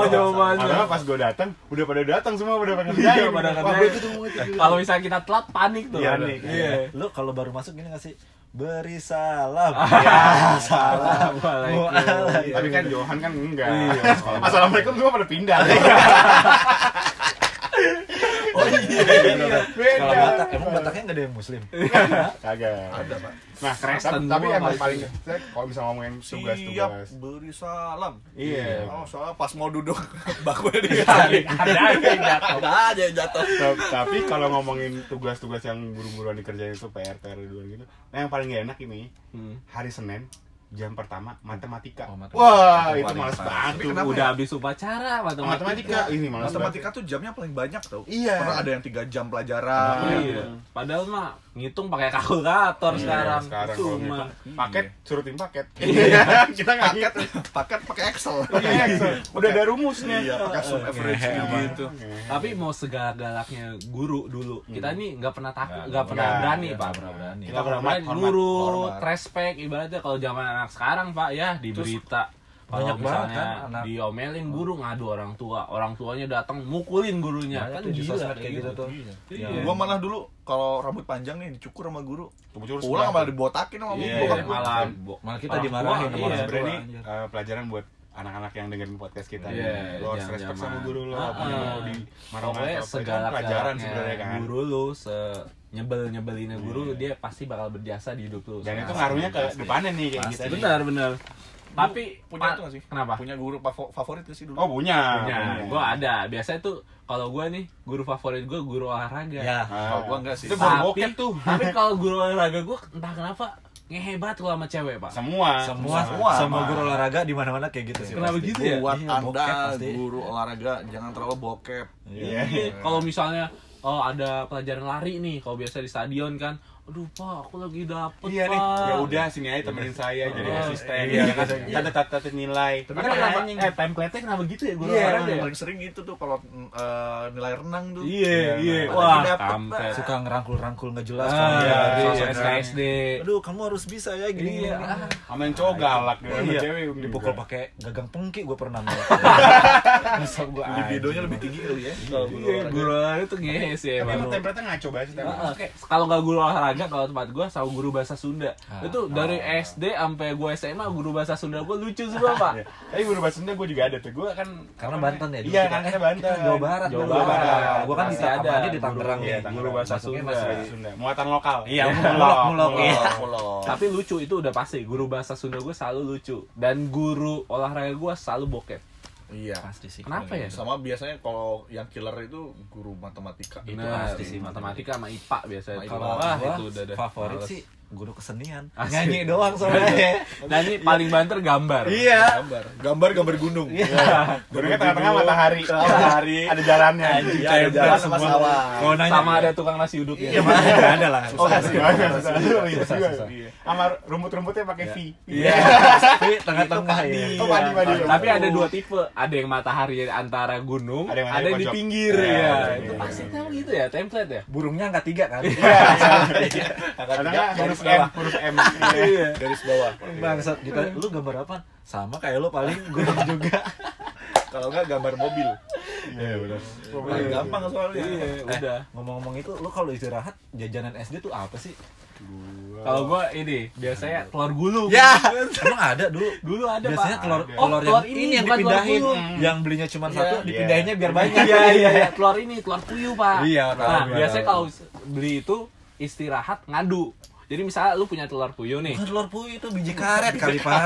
jawabannya.
Padahal pas gue datang, udah pada datang semua pada pengen
Iya,
ngerjain.
pada
Wah,
kerjain.
gua itu tuh mau itu.
Kalau misalnya kita telat panik tuh.
Iya, nih.
Iya.
Lu kalau baru masuk gini nggak sih? Beri salam. Iya,
iya.
salam.
Waalaikumsalam.
Tapi kan Johan kan enggak. Assalamualaikum semua pada pindah.
Oh iya.
Beda.
Kalau Batak emang Bataknya nggak ada yang muslim.
Kagak.
ada pak
Nah,
Kristen
tapi, tapi
gua
emang
masih.
paling saya kalau bisa ngomongin
siap
tugas-tugas.
beri salam
Iya.
oh soalnya pas mau duduk [LAUGHS] bakunya ditarik
Ada
ada aja yang jatuh
Ta- Tapi kalau ngomongin tugas-tugas yang buru-buruan dikerjain itu PR PR duluan gitu. Nah, yang paling gak enak ini hari Senin jam pertama matematika.
Oh, matematika.
Wah,
Itu
itu
paling
males
parah.
banget.
Tapi
tuh.
kenapa
Udah habis upacara matematika.
matematika ini males banget.
matematika tuh jamnya paling banyak tau
Iya.
pernah ada yang tiga jam pelajaran
Iya. Padahal mah ngitung pakai kalkulator sekarang.
Iya, sekarang kalau
Cuma
ngitung, paket surutin [LAUGHS] paket Iya. kita nggak
paket
ngitung
paket pakai Excel
Iya, udah ada rumusnya
iya pakai sum average gitu
tapi mau segala-galaknya guru dulu.
Hmm.
Kita nih nggak pernah takut, nggak pernah
nggak,
berani,
ya, nggak
Pak.
pernah berani.
Kita
Kita
pernah
hormat,
berani
hormat,
guru,
hormat.
respect ibaratnya kalau zaman anak sekarang, Pak, ya di berita Kalau
Banyak banget
misalnya
kan anak. Hmm.
diomelin guru ngadu orang tua, orang tuanya datang mukulin gurunya.
Banyak
kan
tuh di
gila
sosmed
kayak gitu.
tuh.
Iya.
Gua malah dulu kalau rambut panjang nih dicukur sama guru.
Kebetulan
Pulang malah dibotakin sama
Iya,
bokap
Iya,
gua.
malah
kan. Malah kita dimarahin
sama
sama orang
iya.
tua.
sebenarnya ini
anjir.
eh, pelajaran buat anak-anak yang dengerin podcast kita
Iya,
nih. lo harus
jangan-
respect
jangan.
sama guru lo
Ah,
apa
ah.
yang mau di
Pokoknya
marah-marah apa, itu
segala
kan pelajaran sebenarnya kan
guru lu se nyebel nyebelinnya
Iya.
guru lu dia pasti bakal berjasa di hidup lu. Nah,
dan itu
Pasti,
ngaruhnya ke
pasti.
depannya nih kayak gitu nih.
Benar benar. Tapi
punya
Ma-
itu gak sih?
Kenapa?
Punya guru pavo- favorit gak sih dulu?
oh punya
Punya. Gua ada. Biasanya tuh kalau gua nih guru favorit gua guru olahraga.
Ya.
Kalau gua enggak sih.
Ah. itu baru
Tapi,
bokep tuh
tapi [LAUGHS] kalau guru olahraga gua entah kenapa ngehebat gua sama cewek, Pak.
semua Iya.
Semua
Semua.
semua guru olahraga di mana-mana kayak gitu sih.
Kenapa
pasti.
gitu ya?
Buat
Iya,
anda
bokep pasti.
guru olahraga jangan terlalu bokep.
iya
Iya, kalau misalnya oh ada pelajaran lari nih, kalau biasa di stadion kan, aduh pak aku lagi dapet
Iya
pak.
nih, ya udah sini aja temenin saya jadi
Iya.
asisten.
Iya.
Iya, kan tata-tata nilai.
Tapi kan kenapa, eh template-nya kenapa gitu ya guru
Iya,
Orang
olahraga
yang
ya?
paling sering itu tuh kalau mm, eh, nilai renang tuh.
Iya, iya.
Ada
Wah,
yang dapet,
kampret.
Pak.
Suka ngerangkul-rangkul nggak jelas.
Ah,
kan.
iya,
iya,
sosok
iya.
SKSD.
Aduh, kamu harus bisa ya gini.
Iya.
gini, gini.
Sama yang cowok galak gitu, sama
Iya.
cewek gitu.
Dipukul pakai gagang pengki gue pernah. [LAUGHS] Masa gue
Libidonya lebih tinggi kali ya. Kalau guru
Iya,
olahraga.
guru olahraga tuh GS ya,
Tapi
Bang.
Iya. emang template-nya ngaco banget sih template.
Heeh, kayak kalau nggak guru olahraga kalau tempat gua selalu guru bahasa Sunda itu dari SD sampai gua SMA guru bahasa Sunda gua lucu semua pak
[LAUGHS] Iya. Tapi guru bahasa Sunda gue juga ada tuh. Gue kan
Karena Banten ya, dulu
Iya,
kita-
karena kita Banten.
Jawa Barat.
Jawa
Jawa
Barat.
Barat. Gua kan di
Masih ada
ada di
guru-
Tangerang
Iya,
nih.
Tangerang.
guru bahasa
Masuknya
Sunda.
masih
Bahasa Sunda. Muatan lokal.
Iya,
mulok,
mulok,
mulok.
iya.
Kalau
tapi lucu itu udah pasti guru bahasa Sunda gua selalu lucu dan guru olahraga gua selalu bokep
iya.
Pasti sih.
kenapa ya
Sama biasanya kalau yang killer itu guru matematika.
Itu
Benar.
pasti sih matematika sama IPA biasanya.
Sama
Kalau
Kalau
ah
gua
itu udah ada
favorit
[LAUGHS] Males.
sih guru kesenian.
Asik.
Nyanyi doang soalnya.
Nyanyi paling banter gambar.
Iya.
Gambar. Gambar gambar gunung.
Gurunya tengah-tengah matahari.
Iya.
Matahari. Ada jalannya. Oh,
Iya, ada jalan sama sawah.
Mau nanya
Sama ada tukang nasi ya. uduknya.
Iya, mana nggak ada lah. Iya.
Oh,
Susah
susah,
sih.
susah. Ribet juga. iya, Sama rumput-rumputnya pakai V.
Iya. Tapi tengah-tengah ya.
Oh, padi, padi.
Nah, Tapi ada
[LAUGHS]
dua tipe, ada yang matahari antara gunung, ada
Ada yang
yang,
matahari
di
pojok.
pinggir
Iya,
ya.
iya,
Itu
iya,
pasti kan gitu ya, template ya.
Burungnya angka tiga kan.
Karena huruf M, huruf M. [LAUGHS] Iya.
Garis bawah.
Bangsat kita. Lu gambar apa? Sama kayak lu paling gunung juga.
Kalau enggak gambar mobil.
Iya, benar.
Paling gampang soalnya.
Iya,
Eh,
udah.
Ngomong-ngomong itu, lu kalau istirahat jajanan SD tuh apa sih?
Kalau gua ini biasanya telur gulung.
Ya.
Emang ada dulu.
Dulu ada
Biasanya
Pak.
telur,
oh,
telur, yang, ini yang
bukan telur
dipindahin, Hmm.
gulung.
yang belinya cuma
Iya.
satu, dipindahinnya biar banyak.
Iya iya iya. Telur ini telur puyuh pak.
Iya, tahu
Nah
gua,
biasanya
tahu.
kalau beli itu istirahat ngadu. Jadi misalnya lu punya telur puyuh nih.
Bukan telur puyuh itu biji karet kali pak.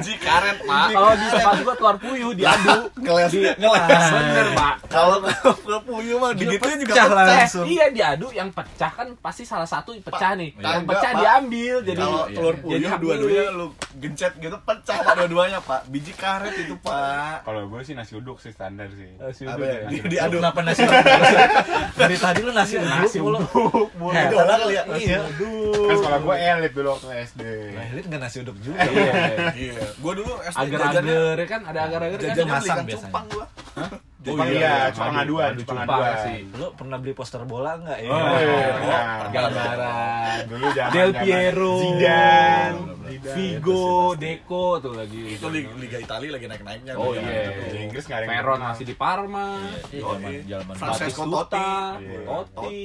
Biji karet, Pak.
Kalau di tempat gua telur puyuh diadu.
Ngeles
Nah, Bener pak.
[LAUGHS] Kalau ke puyuh mah digituin juga
pecah lah.
Eh,
Langsung.
iya diadu yang pecah kan pasti salah satu pecah nih.
Pak,
Yang pecah
enggak, Pak.
diambil jadi Oh, iya,
Kalau telur
jadi
puyuh
hak
dua-duanya
milik.
lu gencet gitu pecah Pak, dua-duanya Pak. Biji karet itu Pak.
Kalau gue sih nasi uduk sih standar sih.
Eh, si
Apa
Udut
ya?
ya.
Di-
Aduh.
Diaduk.
Kenapa nasi uduk? Dari tadi lu nasi uduk mulu.
Kayak
Hebat.
dolar kali ya.
Iya.
Kan sekolah gue elit dulu waktu SD.
Nah, Elit nggak nasi uduk juga.
Iya.
Iya. Gua dulu SD jajannya
Agar-agar ya kan ada agar-agar kan.
jajan
Jajan
beli
masam
ikan
biasanya.
cupang gua.
Oh
Jepang
iya,
iya,
cuma
madu,
ngaduan,
madu
cuma
cupang
ngaduan.
sih.
Lu pernah beli poster bola nggak ya?
Oh,
iya,
pernah.
Gambaran.
Dulu zaman
Del Piero.
Zidane,
Vigo, Deco tuh lagi.
Itu li- Liga Italia lagi naik-naiknya.
Oh
Liga
iya.
Italia.
Di Inggris nggak ada yang
Veron
kenal.
masih di Parma.
Iya.
Yoi.
Zaman-zaman
Francesco Totti,
Batistuta,
Iya.
Totti.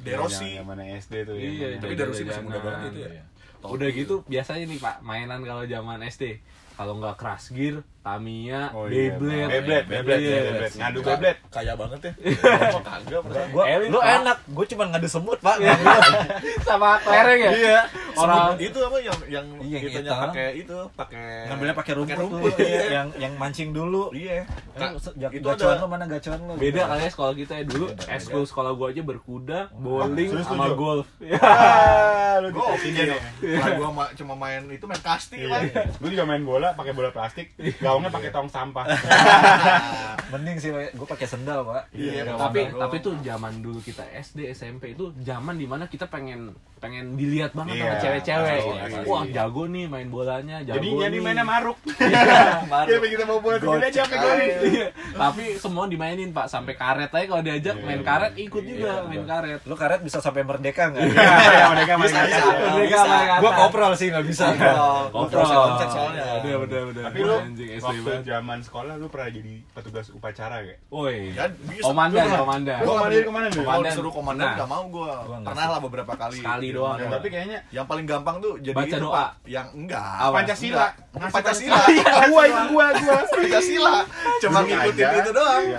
De Rossi.
Yang mana SD tuh ya.
Iya,
Tapi De Rossi masih muda banget itu ya. Totti.
Udah gitu biasanya nih Pak, mainan kalau zaman SD. Kalau nggak Crash Gear, Tamiya,
Oh iya,
Beyblade.
Beyblade, Beyblade,
Iya.
Beyblade. Ngadu
Ka-
Beyblade.
Kaya banget ya. Kok Kagak perasaan.
Gua,
Elit,
lu
Pak.
enak, gue cuma ngadu semut pak. Nggak-
Sama kelereng ya?
Iya.
Orang
Sebelum itu apa yang yang
Iya, yang
itunya
hitam.
pakai itu pakai
Ngambilnya pakai rumput,
rumput,
tuh,
iya.
yang yang mancing dulu.
iya
Eh, se- ja-
itu
gacuan
ada-
lu mana gacuan lu?
beda
Gitu.
kali ya sekolah kita ya dulu ekskul sekolah gua aja berkuda bowling
Ah, Serius
sama
lu, Jo?
golf
Ah, lu
Gua
presiden ya.
Lah, gua ma- cuma main itu main
Iya.
kasti lah
Gue juga main bola pakai bola plastik, gaungnya pakai tong sampah.
Mending sih gue pakai sendal pak.
Iya,
[LAUGHS] tapi
Sama golf.
tapi itu zaman dulu kita SD SMP itu zaman dimana kita pengen pengen dilihat banget
Iya,
sama cewek-cewek.
pasti,
Iya,
pasti.
Wah, jago nih main bolanya, jago
Jadi jadi
nih.
mainnya maruk.
Iya, kita mau buat gini aja sampai goli.
Iya, tapi semua dimainin pak sampai karet aja kalau diajak
Iya.
main karet ikut juga main karet
Lu karet bisa sampai merdeka nggak?
[LAUGHS] Iya, mereka mereka.
Mereka main karet.
Gua kopral sih nggak bisa.
Iya.
Kopral.
Bisa loncat soalnya.
Udah, udah, udah.
Tapi lu
Anjing, SD
waktu
banget.
zaman sekolah lu pernah jadi petugas upacara gak?
Woi.
Ya, bisa.
Komandan,
Gua-
komandan.
gua-
Komandan kemana dulu?
Kalau
Komandan.
disuruh komandan
Nah.
nggak mau gua. Pernah lah beberapa kali.
Sekali doang.
Komandan.
Tapi kayaknya
Yang paling gampang tuh jadi
Baca
itu,
doa.
Pak. Yang enggak.
Apa?
Pancasila. Iya,
Enggak.
Ngasih
Pancasila. iya.
gua itu gua gua.
Pancasila. Cuma
Duduk
ngikutin
aja.
itu doang.
Iya.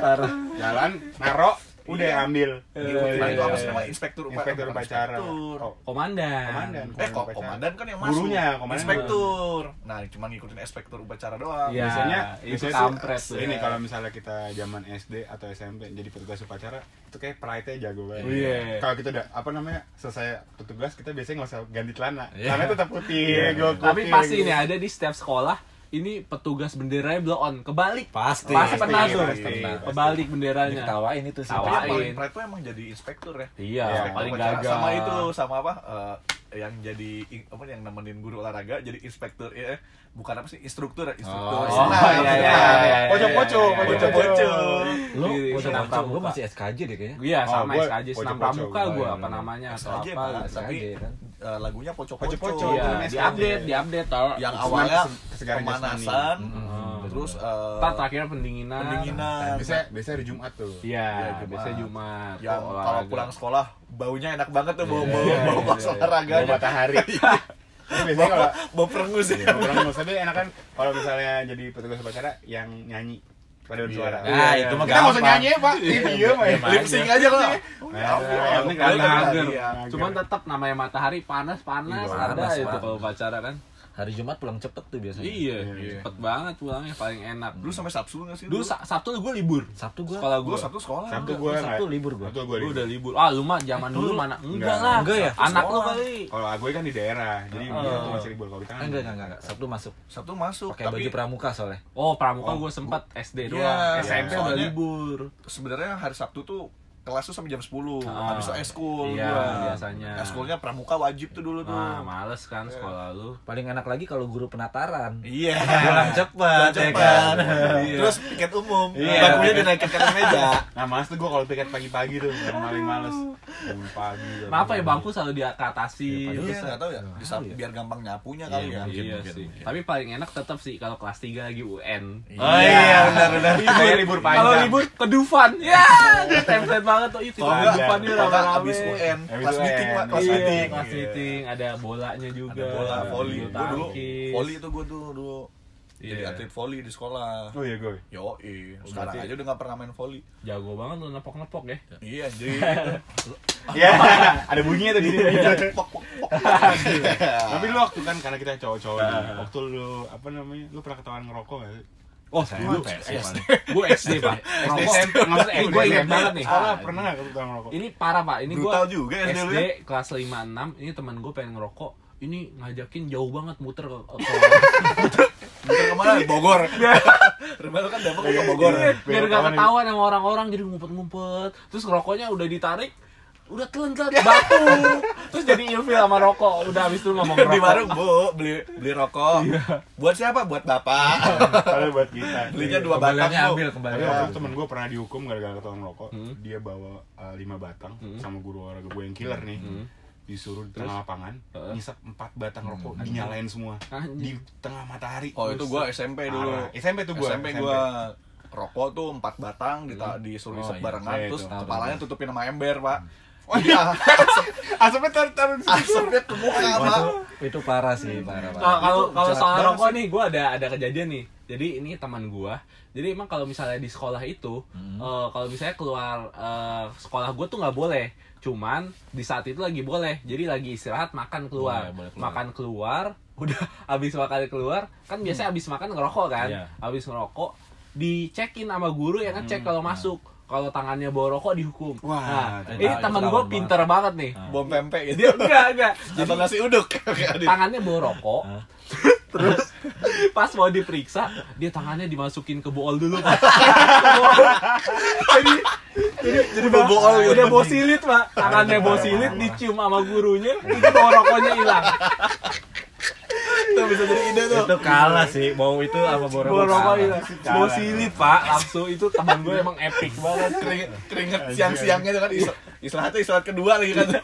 Jalan naro udah ambil.
Ngikutin
Iya,
itu apa
iya,
sih
iya.
namanya inspektur upa-
Inspektur
bukan
upacara.
inspektur.
Oh,
Komandan.
Komandan.
Eh kok komandan kan yang masuk.
Gurunya, komandan.
Inspektur. Nah, cuma ngikutin inspektur upacara doang.
Iya.
biasanya
itu
biasanya sih,
kampret. tuh.
ini kalau misalnya kita zaman SD atau SMP jadi petugas upacara itu kayak pride-nya jago banget.
Iya.
Kalau kita udah apa namanya selesai petugas kita biasanya nggak usah ganti celana, celana tetap putih. gua
Iya. Tapi
putih,
pasti
gitu.
ini ada di setiap sekolah ini petugas benderanya blow on kebalik
Pasti.
pasti
pasti,
pernah tuh
pasti, pasti.
kebalik benderanya
Diketawain itu sih.
Tapi yang
Tawain.
paling pride tuh emang jadi inspektur ya.
iya
Iya,
Inspektur
paling
upacara.
gagal
Sama itu, sama apa? eh, yang jadi ing- apa yang nemenin guru olahraga jadi inspektur eh bukan apa sih instruktur ya, instruktur
Oh,
Senam,
iya, iya,
senam.
iya, iya,
Poco-poco,
iya, iya, iya.
poco-poco.
Lu
Di
gua
senam
tahu, gua
pramuka.
masih SKJ deh kayaknya.
Iya
Oh,
sama
gua
SKJ senam
pocok-pocok.
pramuka
Oh,
gue
iya,
apa
bener.
namanya
Pas
atau
aja,
apa
Pak.
gitu.
tapi
aja, kan.
eh, lagunya poco-poco.
Poco-poco,
Iya,
Itu SKJ.
di update, di update tau.
Yang
Senam
awalnya
kese- kesegaran
pemanasan,
Mm-mm.
terus
Ntar
eh
terakhir pendinginan.
pendinginan.
Biasanya biasanya hari Jumat tuh.
Iya,
Iya, Jumat.
biasanya Jumat.
Yang
tuh
kalau
olahraga.
pulang sekolah baunya enak banget tuh bau
iya,
bau bau pas
Bau
olahraganya.
[LAUGHS] matahari. Iya. Tapi biasanya kalau
Bau perengus ya.
kurang nggak usah, tapi enak kan kalau misalnya jadi petugas upacara yang nyanyi pada
Iya.
suara.
Nah, itu mah
Kita nggak usah
gampang.
nyanyi ya, Pak. Iya,
Lip sync aja kok.
Nah, ini
Kalau
kan
Nager.
iya.
Cuman tetap namanya matahari panas-panas
Iya,
ada
panas,
itu
panas.
kalau pacara kan.
Hari Jumat pulang cepet tuh biasanya.
Iya,
Iya.
cepet banget pulangnya paling enak.
Hmm.
Lu sampai Sabtu nggak sih?
Dulu Sa- Sabtu gue libur.
Sabtu gua.
Sekolah
gue
gue.
Sabtu sekolah.
Sabtu gua
gua
nggak-
Sabtu libur gua.
Sabtu gua
Lu
libur.
udah libur. Ah, lu mah zaman dulu mana? Enggak
Enggak.
lah.
Enggak ya?
Anak lu
Sekolah.
kali.
Kalau aku kan di daerah, jadi dia tuh masih libur kalau kita kan.
Ah, Enggak, enggak, enggak, enggak. Sabtu masuk.
Sabtu masuk.
Pakai baju pramuka soalnya.
Oh, pramuka gue sempet SD doang.
Iya,
SMP udah
soalnya-
libur.
sebenarnya hari Sabtu tuh kelas tuh sampai jam 10
Ah.
habis eskul
Iya,
gua.
biasanya.
eskulnya pramuka wajib tuh dulu tuh
Nah, males kan sekolah lu.
Paling enak lagi kalau guru penataran.
[LAUGHS]
iya
Pulang cepet, ya
Cepet.
kan.
terus tiket umum
Iya.
bakunya dinaikin ke atas meja
Nah, males tuh gua kalau tiket pagi-pagi tuh, yang paling males. Jam pagi. jam
Kenapa ya
pagi.
bangku selalu diatasi?
iya nggak tahu ya bisa biar gampang nyapunya kali ya
Iya sih. Tapi paling enak tetap sih kalau kelas 3 lagi UN.
Oh iya, benar benar.
Kayak libur panjang.
Kalau libur ke Dufan. Ya, gue tempted banget tuh
Iya.
itu.
Kalau
Ke
enggak,
Dufan dia
kalau enggak
rame-rame.
abis UN,
Abis
kelas
UN.
meeting, Pak, kelas
Iya,
meeting.
kelas
Iya.
meeting, ada bolanya juga.
Ada bola voli.
bulu
Gua dulu
tangkis.
voli itu gua tuh dulu jadi
Iya.
atlet voli di sekolah.
Oh iya, gue.
Yo, sekarang
Berarti-
aja udah gak pernah main voli.
Jago banget lu nepok-nepok
[LAUGHS]
ya.
Iya, jadi
[LAUGHS]
Iya, ada bunyinya tuh di sini.
pok, pok, pok.
Tapi lu waktu kan karena kita cowok-cowok nih, waktu lu apa namanya? Lu pernah ketahuan ngerokok gak sih?
Oh, saya
Dulu
Gue SD, [LAUGHS] Pak. Rokok.
SMP, maksudnya
Eh, gue ingat banget nih.
Sekolah pernah gak ketahuan ngerokok?
Ini parah, Pak. Ini
Ah. Brutal
gua
juga ya,
SD
dulu ya.
kelas 5 6, ini teman gue pengen ngerokok. Ini ngajakin jauh banget muter ke, ke
[LAUGHS] Muter kemana? Bogor. Rumah lu kan dampak ke Bogor.
Iya, biar
Biar
gak
ketahuan
ketahuan sama orang-orang jadi ngumpet-ngumpet terus rokoknya udah ditarik udah telan telan batu terus jadi ilfil sama rokok udah habis itu ngomong
Di warung,
rokok
Bu, beli beli rokok. Buat siapa? Buat Bapak.
Kalau buat kita.
Belinya dua batang,
Kembaliannya
Bu.
ambil,
Tapi
kembaliannya
waktu
ambil.
itu temen gue pernah dihukum gara-gara ketahuan ngerokok Dia bawa uh, lima batang sama guru olahraga gue yang killer nih Disuruh di tengah lapangan, ngisap empat batang rokok, dinyalain semua
Anjing.
Di tengah matahari
Oh, itu gua SMP dulu.
Parah. SMP tuh gua,
SMP gua rokok tuh empat batang di disuruh isep barengan
Saya
terus
itu.
kepalanya tutupin sama ember, Pak. Oh iya, asap-
Asapnya taruh-taruh di situ.
asapnya ke muka, Pak.
Itu, itu parah sih,
Nah,
parah parah.
kalau
Itu
kalau
jahat
soal
banget
rokok
sih.
nih gue ada ada kejadian nih jadi ini teman gue jadi emang kalau misalnya di sekolah itu
Hmm.
eh, kalau misalnya keluar eh, sekolah gue tuh nggak boleh cuman di saat itu lagi boleh jadi lagi istirahat makan keluar,
Boleh, boleh keluar.
makan keluar [LAUGHS] udah habis makan keluar kan biasanya habis makan ngerokok kan
Hmm. Iya.
habis ngerokok dicekin sama guru yang
Hmm.
ngecek kalau masuk kalau tangannya bawa rokok dihukum
Wah,
nah,
Nah. itu
ini
tahu,
teman gue
itu tahu banget. Nah.
pinter banget nih [LAUGHS]
Bom pempek gitu.
dia enggak enggak
Atau nasi uduk. [LAUGHS] Kayak di-
tangannya bawa rokok [LAUGHS] Terus pas mau diperiksa, dia tangannya dimasukin ke bool dulu, Pak. jadi
Jadi bobool gitu.
udah bosilit, Pak. Oh, iya, Tangannya bosilit dicium sama gurunya, itu bawa rokoknya hilang.
Itu bisa jadi ide tuh.
itu kalah sih mau itu apa borong
Bawa rokok hilang. Bosilit, Pak. Langsung itu teman gue emang epic banget.
Keringet, keringet siang-siangnya tuh kan isla- istirahatnya istirahat kedua lagi kan tuh.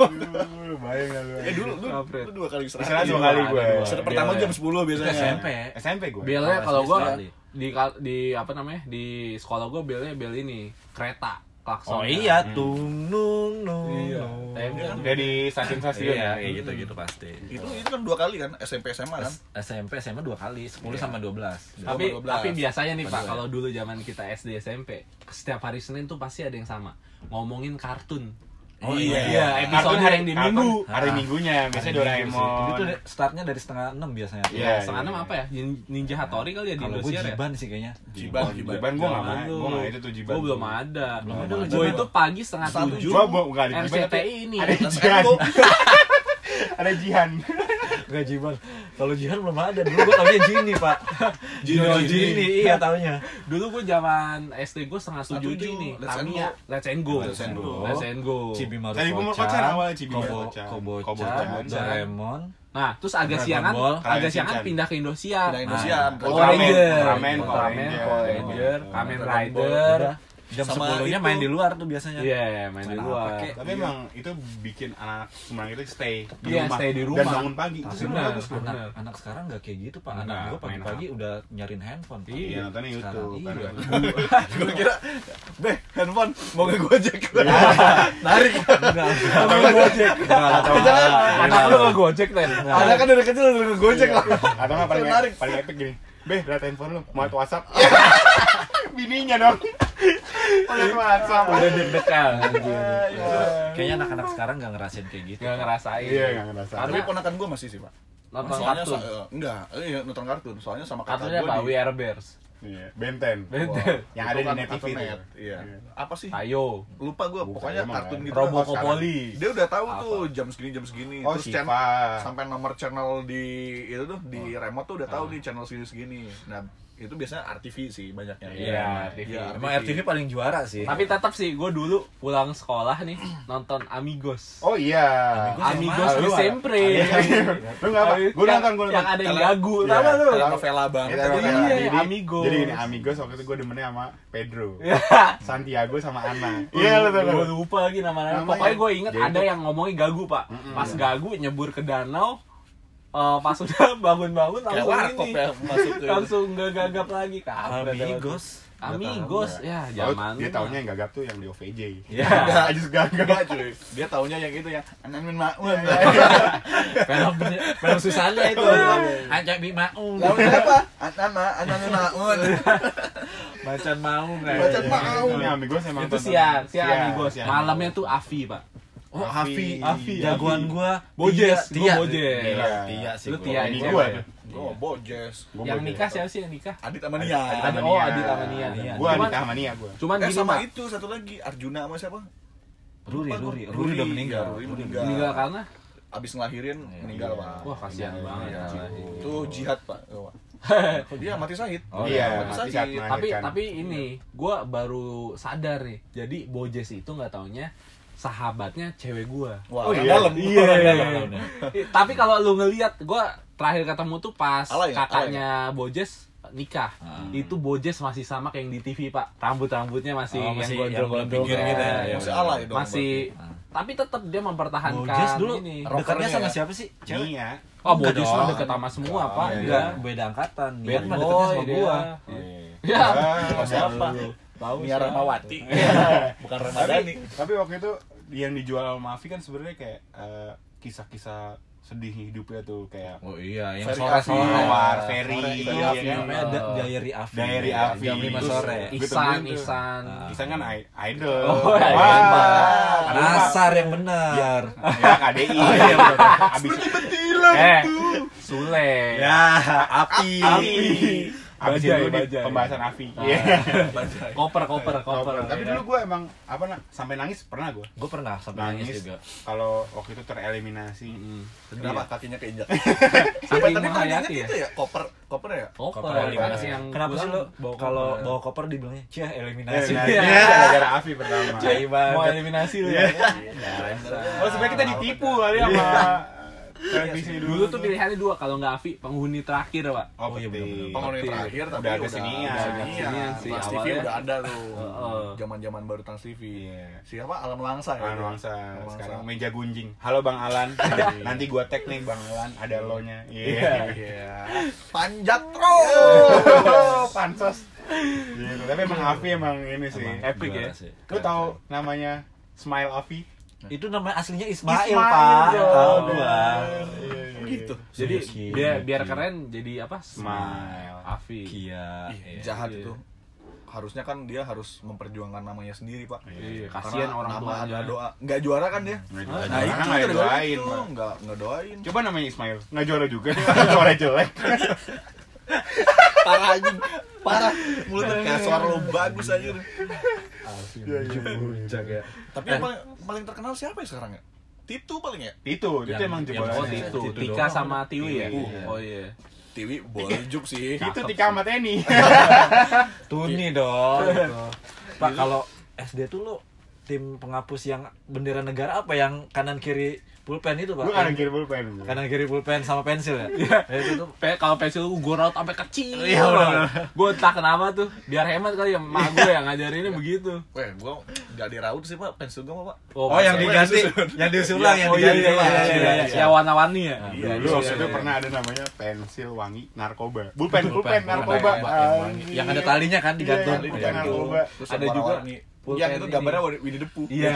Bayang gak lu?
Eh dulu lu,
Kampret.
lu dua kali istirahat.
ya? Istirahat dua
Iya.
kali Iya. gue.
Istirahat pertama jam 10 biasanya.
SMP.
SMP gue.
Belnya
Oh,
kalau
SD
gua
sekali.
di kal- di apa namanya? Di sekolah gua belnya bel ini, kereta, klakson.
oh iya tung nung nung
Iya.
nung.
Tapi bukan-
Udah di stasiun-stasiun
iya
ya.
kayak gitu gitu pasti
Itu itu kan dua kali kan SMP SMA kan.
S- SMP SMA dua kali 10 sama 12
tapi
Dua sama
tapi
12.
biasanya nih Pak, kalau dulu zaman kita SD SMP, setiap hari Senin tuh pasti ada yang sama. Ngomongin kartun.
Oh, iya.
Iya, episode hari yang di Minggu.
Hari minggunya, biasanya Doraemon.
itu tuh de- startnya dari setengah enam biasanya
Iya.
Ya, setengah enam apa ya? Nin- Ninja Hattori kali ya di
kalau gue
Indosiar ya?
jiban sih kayaknya
Jiban
Jiban gue gak main, gue gak itu tuh Jiban
Gue belum ada.
Belum ada lu
Gue
Jiban.
itu pagi setengah
Satu
tujuh.
Gua bu- bukan di Jiban,
RCTI
tapi
ini.
[LAUGHS]
Sekarang gua-
Ada Jihan Ada Jihan
Gak jiban kalau jihan belum ada dulu gue taunya jini pak
Jino,
jini iya taunya
Dulu gue zaman SD gue setengah tujuh
tujuh,
ini.
Let's and
Tamiya, Let's and go.
Let's and go.
Let's and go.
Cibimaru
Tadi Bumur Kocan awalnya Cibimaru
Kobo-
Kocan.
Kobocan,
Kobocan,
Doraemon,
Nah, terus agak
Dragon
siangan,
Ball,
agak
Kamen
siangan
Shinkan.
pindah ke
Ah.
Indosiar.
Pindah Indosiar,
Nah,
Power
Power Ranger,
Ranger,
Power Ranger, Power Ranger, Kamen
Dragon
Rider.
jam
Sama
sepuluhnya
itu.
main di luar tuh biasanya.
Iya, main di luar.
pakai?
Tapi emang itu bikin anak Semarang itu stay di
Iya,
rumah
stay di
Dan
rumah.
bangun pagi, itu sebenarnya
Benar.
bagus loh.
Anak,
Bener.
anak sekarang nggak kayak gitu pak. Anak
Nggak,
gue pagi-pagi udah nyarin handphone. Pak.
Iya, nontonnya
Sekarang,
Youtube
iya.
kan.
Gue kira Beh, handphone mau ke Gojek.
Iya.
Narik. Enggak. Enggak gojek. Enggak, tahu.
Anak lu nggak gojek kan?
Ada
Nah,
kan dari kecil udah ke Gojek
Iya.
lah.
[LAUGHS] Atau nggak paling
Menarik.
paling epic gini Beh, lihat handphone lu, mau liat whatsapp [LAUGHS] Bininya dong Iya. Mau liat whatsapp
Udah deg-degan.
Kayaknya anak-anak sekarang nggak ngerasain kayak gitu.
Gak ngerasain.
Iya, nggak ngerasa
Tapi
Karena-
ponakan gue masih sih, Pak.
Nonton
soalnya
kartun.
sa- eh, enggak, iya nonton kartun. Soalnya sama kakak
Kartunnya
gue
apa? We are bears.
Iya, Benten
Betul.
Yang ada di net TV
kartun
tuh.
net. kan Iya.
Iya.
Apa sih?
Tayo.
Lupa gue,
Bukan,
pokoknya
emang
kartun
kan.
gitu.
Robocopoli.
Dia udah tahu
Apa?
tuh jam segini jam segini.
Oh,
Terus channel-
Siva.
sampai nomor channel di itu tuh di remote tuh udah tahu nih channel segini segini. Nah, itu biasanya RTV sih banyaknya.
Iya, RTV.
Iya,
Emang RTV paling juara sih.
Tapi tetap sih, gue dulu pulang sekolah nih nonton Amigos.
Oh iya
Amigos Iya.
Ah,
di
lu ada.
sempre.
Lu nggak apa? Gue
Yang-
nonton, gue nonton
Yang ada yang
Tele-
gagu,
Iya,
apa lu?
Novela banget.
Iya,
Iya,
jadi,
Amigos.
Jadi ini Amigos waktu itu gue demennya sama Pedro,
Iya.
Santiago sama Ana. Iya lu
Gue lupa lagi nama-nama.
Namanya.
Pokoknya gue inget
Jadi
ada
itu-
yang ngomongin gagu pak. Pas gagu nyebur ke danau. eh, pas udah [LAUGHS] bangun-bangun
Kayak
langsung
warkop
ini.
ya masuk ke
langsung gak gagap lagi kak.
Amigos.
Amigos ya
Oh,
zaman.
Dia tahunya yang gagap tuh yang di OVJ.
[LAUGHS] Iya.
Enggak, aja gagap.
Enggak cuy, dia taunya yang itu ya Anan min ma'un
Film film Susana itu.
[LAUGHS]
Ajak Bi Maung.
Lalu apa? Anan ma, Anan min ma'un
Macan Maung. kan.
Macan Maung.
Ini Iya, Amigos emang
eh. Itu
tonton-
siang, siang Amigos.
siang.
Malamnya tuh Avi pak.
Oh, Afi.
Afi,
Jagoan
Afi.
gua.
Bojes,
Tia.
gua Bojes.
Gila,
Iya.
Tia sih.
Lu
gua.
Tia
Ini
ini
gue.
cewek.
Oh, bojes
Gua
Yang
bodoh.
nikah siapa sih yang nikah?
Adit sama Nia
Ada-
Mania.
oh, Adit sama Nia.
Nia.
Gue
Cuman-
Adit sama Nia gue.
Cuman
Eh
gini
sama
pak.
itu satu lagi, Arjuna sama siapa?
Ruri,
Lupa gua.
Ruri, Ruri udah meninggal.
Ruri meninggal
Meninggal karena
Abis ngelahirin, meninggal pak
Wah kasihan
Iya,
banget.
iya.
Itu jihad pak Dia mati syahid
Oh,
Mati
Iya, mati
syahid.
saat
Tapi
melahirkan.
tapi ini gua baru sadar nih. Jadi Bojes itu nggak taunya sahabatnya cewek gua.
Wah,
Oh,
orang
iya.
dalam
Iya.
Dalam, dalam.
Eh, tapi kalau lu ngelihat gua terakhir ketemu tuh pas
Alay ya?
kakaknya Bojes nikah.
Ah.
Itu Bojes masih sama kayak yang di TV, Pak. Rambut-rambutnya masih,
Oh, masih yang
yang gondrong-gondrong
pinggir gitu ya. Ah.
Iya,
Masih
iya.
alay dong
Masih tapi tetap dia mempertahankan
Bojes dulu
ini.
dekatnya
Rockernya
sama
ya?
siapa sih?
Iya.
Cewek.
Nia.
Oh,
Enggak
Bojes
dong.
mah deket sama semua, Pak.
iya.
Iya.
Enggak, beda angkatan. Iya, Biar
Bad
mah
boy
dekatnya sama
dia.
gua.
Ya. [LAUGHS]
Ah,
Siapa?
Tahu
Nia
siapa.
Ramawati Bukan Ramadhani
tapi, tapi waktu itu yang dijual sama Mafi kan sebenarnya kayak eh, kisah-kisah sedih hidupnya tuh kayak
Oh iya, yang
Ferry Afi.
sore-sore.
Mawar, Ferry,
Sore itu
iya
Afi
kan?
Namanya ada Diary Afi.
Diary
Iya,
Afi.
Jam 5
Terus
sore.
Gue
Isan,
temuin tuh.
Isan.
Isan kan i- idol.
Oh, iya,
Wah,
iya, Pak.
ada Pak.
Nasar yang benar. Iya.
Ya, KDI. Abis
Eh, Sule.
Ya, Api.
Api. Abis
Bajai,
dulu di
bajai.
pembahasan Avi.
Ah.
Iya.
Bajai.
Koper, koper, koper.
Tapi
ya.
dulu gue emang apa nah, sampai nangis pernah gue.
Gue pernah sampai nangis, juga.
Kalau waktu itu tereliminasi.
Mm, sedih
Kenapa
ya.
kakinya keinjak?
Saking
Sampai tadi tadi
menghayati ya.
itu ya koper koper ya.
Koper,
Koper,
koper.
koper.
yang kan
Kenapa sih lo kalau bawa koper dibilangnya Cia eliminasi
Nah,
Iya.
ini gara-gara Afi pertama.
Cia mau eliminasi lu ya
Oh sebenarnya kita ditipu kali sama televisi
dulu tuh pilihannya dua kalau nggak Avi penghuni terakhir pak
Oh iya benar.
Penghuni
Iya.
terakhir tapi
Udah ada senian.
ada
Senian
Senian.
sih,
Trans TV
awalnya.
udah ada loh.
Heeh.
Zaman-zaman baru Trans TV.
Iya.
Siapa? Alan Wangsa ya.
Alan Wangsa
Alan
sekarang meja gunjing. Halo Bang Alan. Nanti gua tag nih Bang Alan ada lo-nya. Iya. [LAUGHS]
Iya. Panjat terus.
Pansos. Gitu. Tapi emang Afi emang ini sih
Emang
epic
juara
ya.
sih.
Lu tahu namanya Smile Afi?
itu namanya aslinya Ismail,
Ismail,
pak
dong.
tahu gua
Iya, iya, iya.
Gitu.
jadi
Suzuki,
biar biar
Suzuki.
keren jadi apa
Smile.
Avi
Kia
Ih, jahat itu. Harusnya kan dia harus memperjuangkan namanya sendiri, Pak.
Iya, kasihan
Karena
orang
nama
tuanya.
nggak doa, nggak juara kan dia?
Nggak
Nah,
juara.
itu
Karena nggak
gara-gara
didoain,
itu.
Pak.
nggak nggak doain.
Coba namanya Ismail. Nggak juara juga [LAUGHS] dia. Juara jelek.
parah anjing, parah. Mulutnya kayak suara lo bagus aja. iya, Tapi yang paling, paling terkenal siapa ya sekarang ya? Titu paling ya?
Itu, itu
Yang-
emang
yang
jebolannya.
Oh,
Iya,
itu
Titu
Tika
doang.
sama Tiwi ya?
Iya.
Oh iya.
Tiwi boleh juk sih.
Itu Tika sama Teni.
Tuni
Iya.
dong [LAUGHS] pak kalau SD tuh lo tim penghapus yang bendera negara apa yang kanan kiri pulpen itu pak
Lu kanan kiri pulpen.
kanan kiri pulpen sama pensil ya
Iya.
[LAUGHS] Ya, itu tuh
Pe kalau pensil gue raut sampai kecil.
Iya, bener, bener.
Gue entah kenapa tuh, biar hemat kali ya mak gue yang ngajarinnya begitu.
Weh, gua nggak diraut sih pak, pensil gua apa pak?
Oh, yang
Pensil.
diganti, yang diusulang, yang
Oh iya iya
diganti.
iya iya, iya, iya. Yang warna-warni
Iya,
ya.
Nah, dulu waktu
iya,
itu
iya.
pernah ada namanya pensil wangi narkoba bulpen bulpen narkoba
narkoba, yang wangi.
Anjing.
Yang ada talinya kan digantung.
Iya, bulpen
Digantung.
narkoba
Terus
Ada
ada juga
juga pulpen
yang itu
ini.
gambarnya Winnie- Winnie the Pooh.
Iya.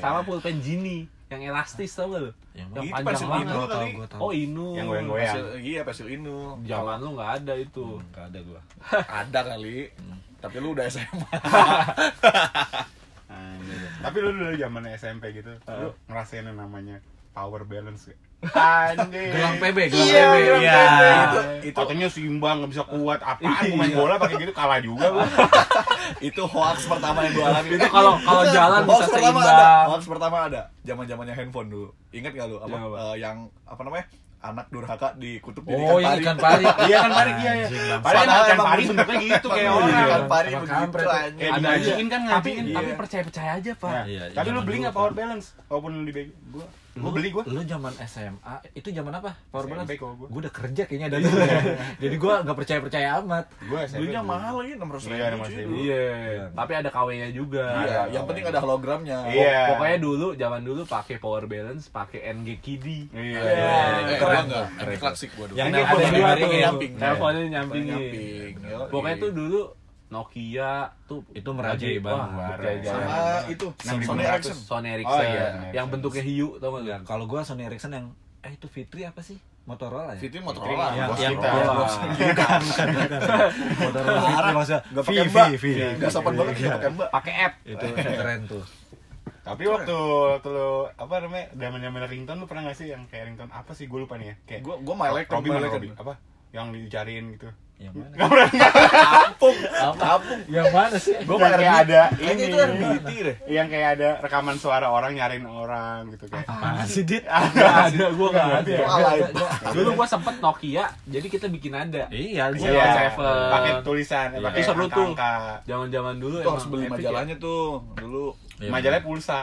Sama pulpen Genie yang elastis tau gak lu?
Yang
Yang
Itu
panjang
Gitu, pensil
banget.
Inu kali.
Gua tahu.
Oh Inu.
yang goyang-goyang
Pensil, iya pensil Inu.
Zaman lu nggak ada itu.
Nggak ada gua.
Ada kali. Iya, Tapi lu udah SMA.
Anjing. tapi lu dulu zaman SMP gitu lu ngerasain yang namanya power balance gak? Anjing.
Gelang PB, gelang
Iya,
PB.
gelang
Iya.
PB.
Itu-
Katanya seimbang, gak bisa kuat Apaan gua main bola pakai gitu kalah juga
[LAUGHS]
gua
itu hoax pertama yang gua alami.
Itu kalau kalau
Bukan.
jalan
hoax
bisa
pertama ada.
seimbang.
Hoax pertama ada. Zaman-zamannya handphone dulu. Ingat gak lu apa
Yang apa?
eh, yang apa namanya? Anak durhaka dikutuk jadi kan
Oh, yang ikan pari.
[LAUGHS] Iya kan pari, iya iya
Anjing,
Padahal
Padahal
ikan
emang
pari
bener.
bentuknya gitu kayak
Iya,
Emang
orang
ikan pari
Sama
begitu,
kampret.
anjing.
Kayak
Ada aja.
dimajiin kan
Tapi
ngajiin
tapi
Iya.
percaya percaya aja
Nah,
pak.
Iya,
tapi
zaman
lu beli
dulu,
nggak
Pak.
power balance walaupun lu di bagi gua gua beli gua
Lu zaman SMA, ah, itu zaman apa? Power
SMP
balance.
kalau gua.
Gua udah kerja
[LAUGHS]
kayaknya
Iya.
dari dulu. ya. Jadi gua nggak percaya-percaya amat.
gua
Dulunya mahal lagi 600
Iya,
ribu.
600
cuy.
ribu.
Iya. Tapi ada KW-nya juga.
Iya, yang penting ada hologramnya.
Iya.
Pokoknya dulu zaman dulu pakai power balance, pakai NG Kiddy.
Iya.
Eh, gua enggak. Ini klasik gua dulu.
Yang
Ini Nah, ada
nelfon
dua
dari
tuh.
nyamping.
Teleponnya nyamping.
Nyamping. Yoi.
Pokoknya tuh dulu Nokia tuh
Itu merajai banget.
Wah,
Merajai.
jalan.
sama itu Sony
6.500.
Ericsson.
Sony
Oh,
Ericsson
iya,
ya,
Sony
yang
Ericsson.
bentuknya hiu tau
Ya,
gak?
kalau gua Sony Ericsson yang eh itu Fitri apa sih? Motorola ya?
Fitri Motorola.
Yang-
bos
yang-
kita.
yang-
Bos
Iya,
kita. [LAUGHS]
Motorola Fitri maksudnya.
Nggak
V,
pakai
V,
mbak.
V.
Nggak sopan banget
iya.
ya pakai mbak.
Pakai app.
[LAUGHS]
Itu keren tuh.
Tapi waktu waktu lu apa namanya? Zaman zaman ringtone lu pernah gak sih yang kayak ringtone apa sih gua lupa nih ya? Kayak
Eh, Gua gua My Leken,
Robby
My
mana
Leken.
Robby? Apa? Yang dicariin gitu. [LAUGHS]
Yang mana?
Kampung. Kampung.
Yang mana sih?
Gua
Yang kayak ada
Kayaknya
ini.
itu RBT deh.
Yang kayak ada rekaman suara orang nyariin orang gitu kayak.
Ah,
Apaan sih, Dit?
Gak ada, gua gak ada.
Itu alay.
Dulu gua sempet Nokia, jadi kita bikin ada.
Iya, di
Iya.
sana.
Seven. Iya.
Pakai tulisan, eh, pakai
Terus lu tuh.
angka-angka.
Zaman-zaman dulu
Itu harus
emang
beli
epic ya.
majalahnya tuh dulu.
Iya,
Majalahnya pulsa.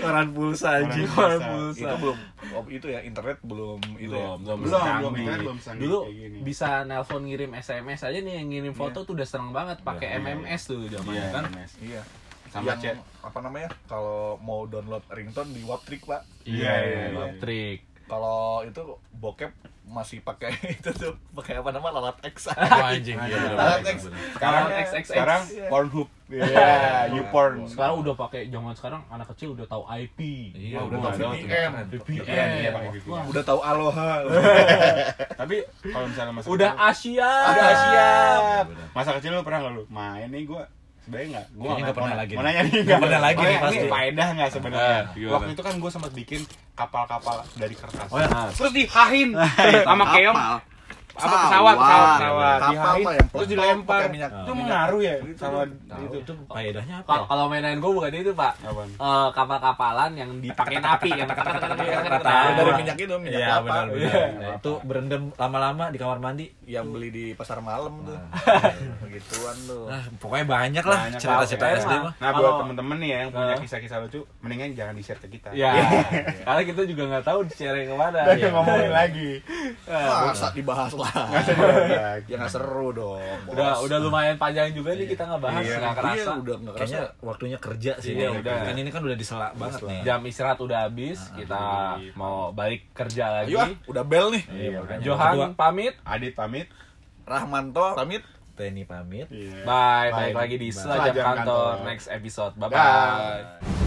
koran pulsa
Koran
anjing.
Koran
Pulsa.
pulsa.
Itu belum oh, itu ya internet belum itu ya.
[LAUGHS] Belum, belum.
Belum, belum
Canggih.
internet belum canggih
Dulu
kayak gini.
bisa nelpon ngirim SMS aja nih yang
Iya.
ngirim foto tuh udah seneng banget pakai
Iya, iya, iya.
MMS tuh zamannya
Iya,
kan.
Mas.
Iya.
Sama
Yang
chat.
apa namanya? Kalau mau download ringtone di Waptrick, Pak.
Iya, iya, iya.
[LAUGHS] Trik.
Kalau itu bokep masih pakai [LAUGHS] itu tuh, pakai apa nama lalat X.
Wah, anjing. Iya,
lalat
bener-bener.
X.
Sekarang
Sekarang XXX.
Iya, sekarang Pornhub. Iya, YouPorn.
Sekarang udah pakai zaman sekarang anak kecil udah tahu IP.
Iya,
Wah,
udah
gua
tahu
ada
VPN.
Iya, iya, pakai
VPN.
VPN.
Wah,
Udah tahu Aloha.
Tapi kalau misalnya masa
Udah
kecil,
Asia.
udah siap. Masa kecil lu pernah nggak lu main nih gua sebenarnya nggak gua
Kayaknya nggak pernah
mau-
lagi
mau
nih.
nanya nih
Nggak
nggak
pernah lagi
Mau
nih
nanya,
pasti.
ini faedah nggak sebenarnya
Ah, gimana?
waktu itu kan gua
Oh ya, iya.
sempat bikin kapal-kapal dari kertas
Ah.
terus dihahin sama keong
apa pesawat pesawat pesawat
Kapal
dihain,
apa yang
terus
peletok,
dilempar
pakai minyak-
itu
minyak.
mengaruh ya sama
Tahu.
itu
itu faedahnya apa ya?
Kalau kalau mainan gue bukan itu pak,
Apaan?
Eh, kapal-kapalan yang dipakein
[LAUGHS]
api yang
Nah, dari
kata-kata
minyak itu minyak
Iya,
apa
benar-benar. Nah, itu berendam lama-lama di kamar mandi.
yang beli di pasar malam tuh
Nah.
[LAUGHS] begituan tuh
Nah, pokoknya banyak lah
Banyak
cerita-cerita
banget.
SD mah. Ah.
nah
Kalau-
buat temen-temen nih ya yang punya
Heeh.
kisah-kisah lucu mendingan jangan di share ke kita
Iya.
[LAUGHS] Iya.
Ya,
Iya.
[LAUGHS] karena kita juga nggak tahu share kemana.
Udah
Ya.
ngomongin lagi
Nah.
masa dibahas lah
lagi.
ya nggak seru dong bos.
Udah udah lumayan panjang juga nih kita nggak bahas
Iya,
nggak kerasa.
udah nggak kerasa
Kayaknya waktunya kerja sih.
Iya,
ini.
udah. Iya.
Kan ini kan udah disela banget nih.
Jam istirahat udah habis, kita mau balik kerja lagi.
Ah, ayo ah, udah bel nih
Iya.
Johan pamit.
Iya. Adit pamit
Rahmanto pamit
Teni pamit.
Bye, balik
Bye.
lagi di
Bye.
Selajam
Selajam
Kantor
Kantor.
next episode. Bye
Bye.
bye.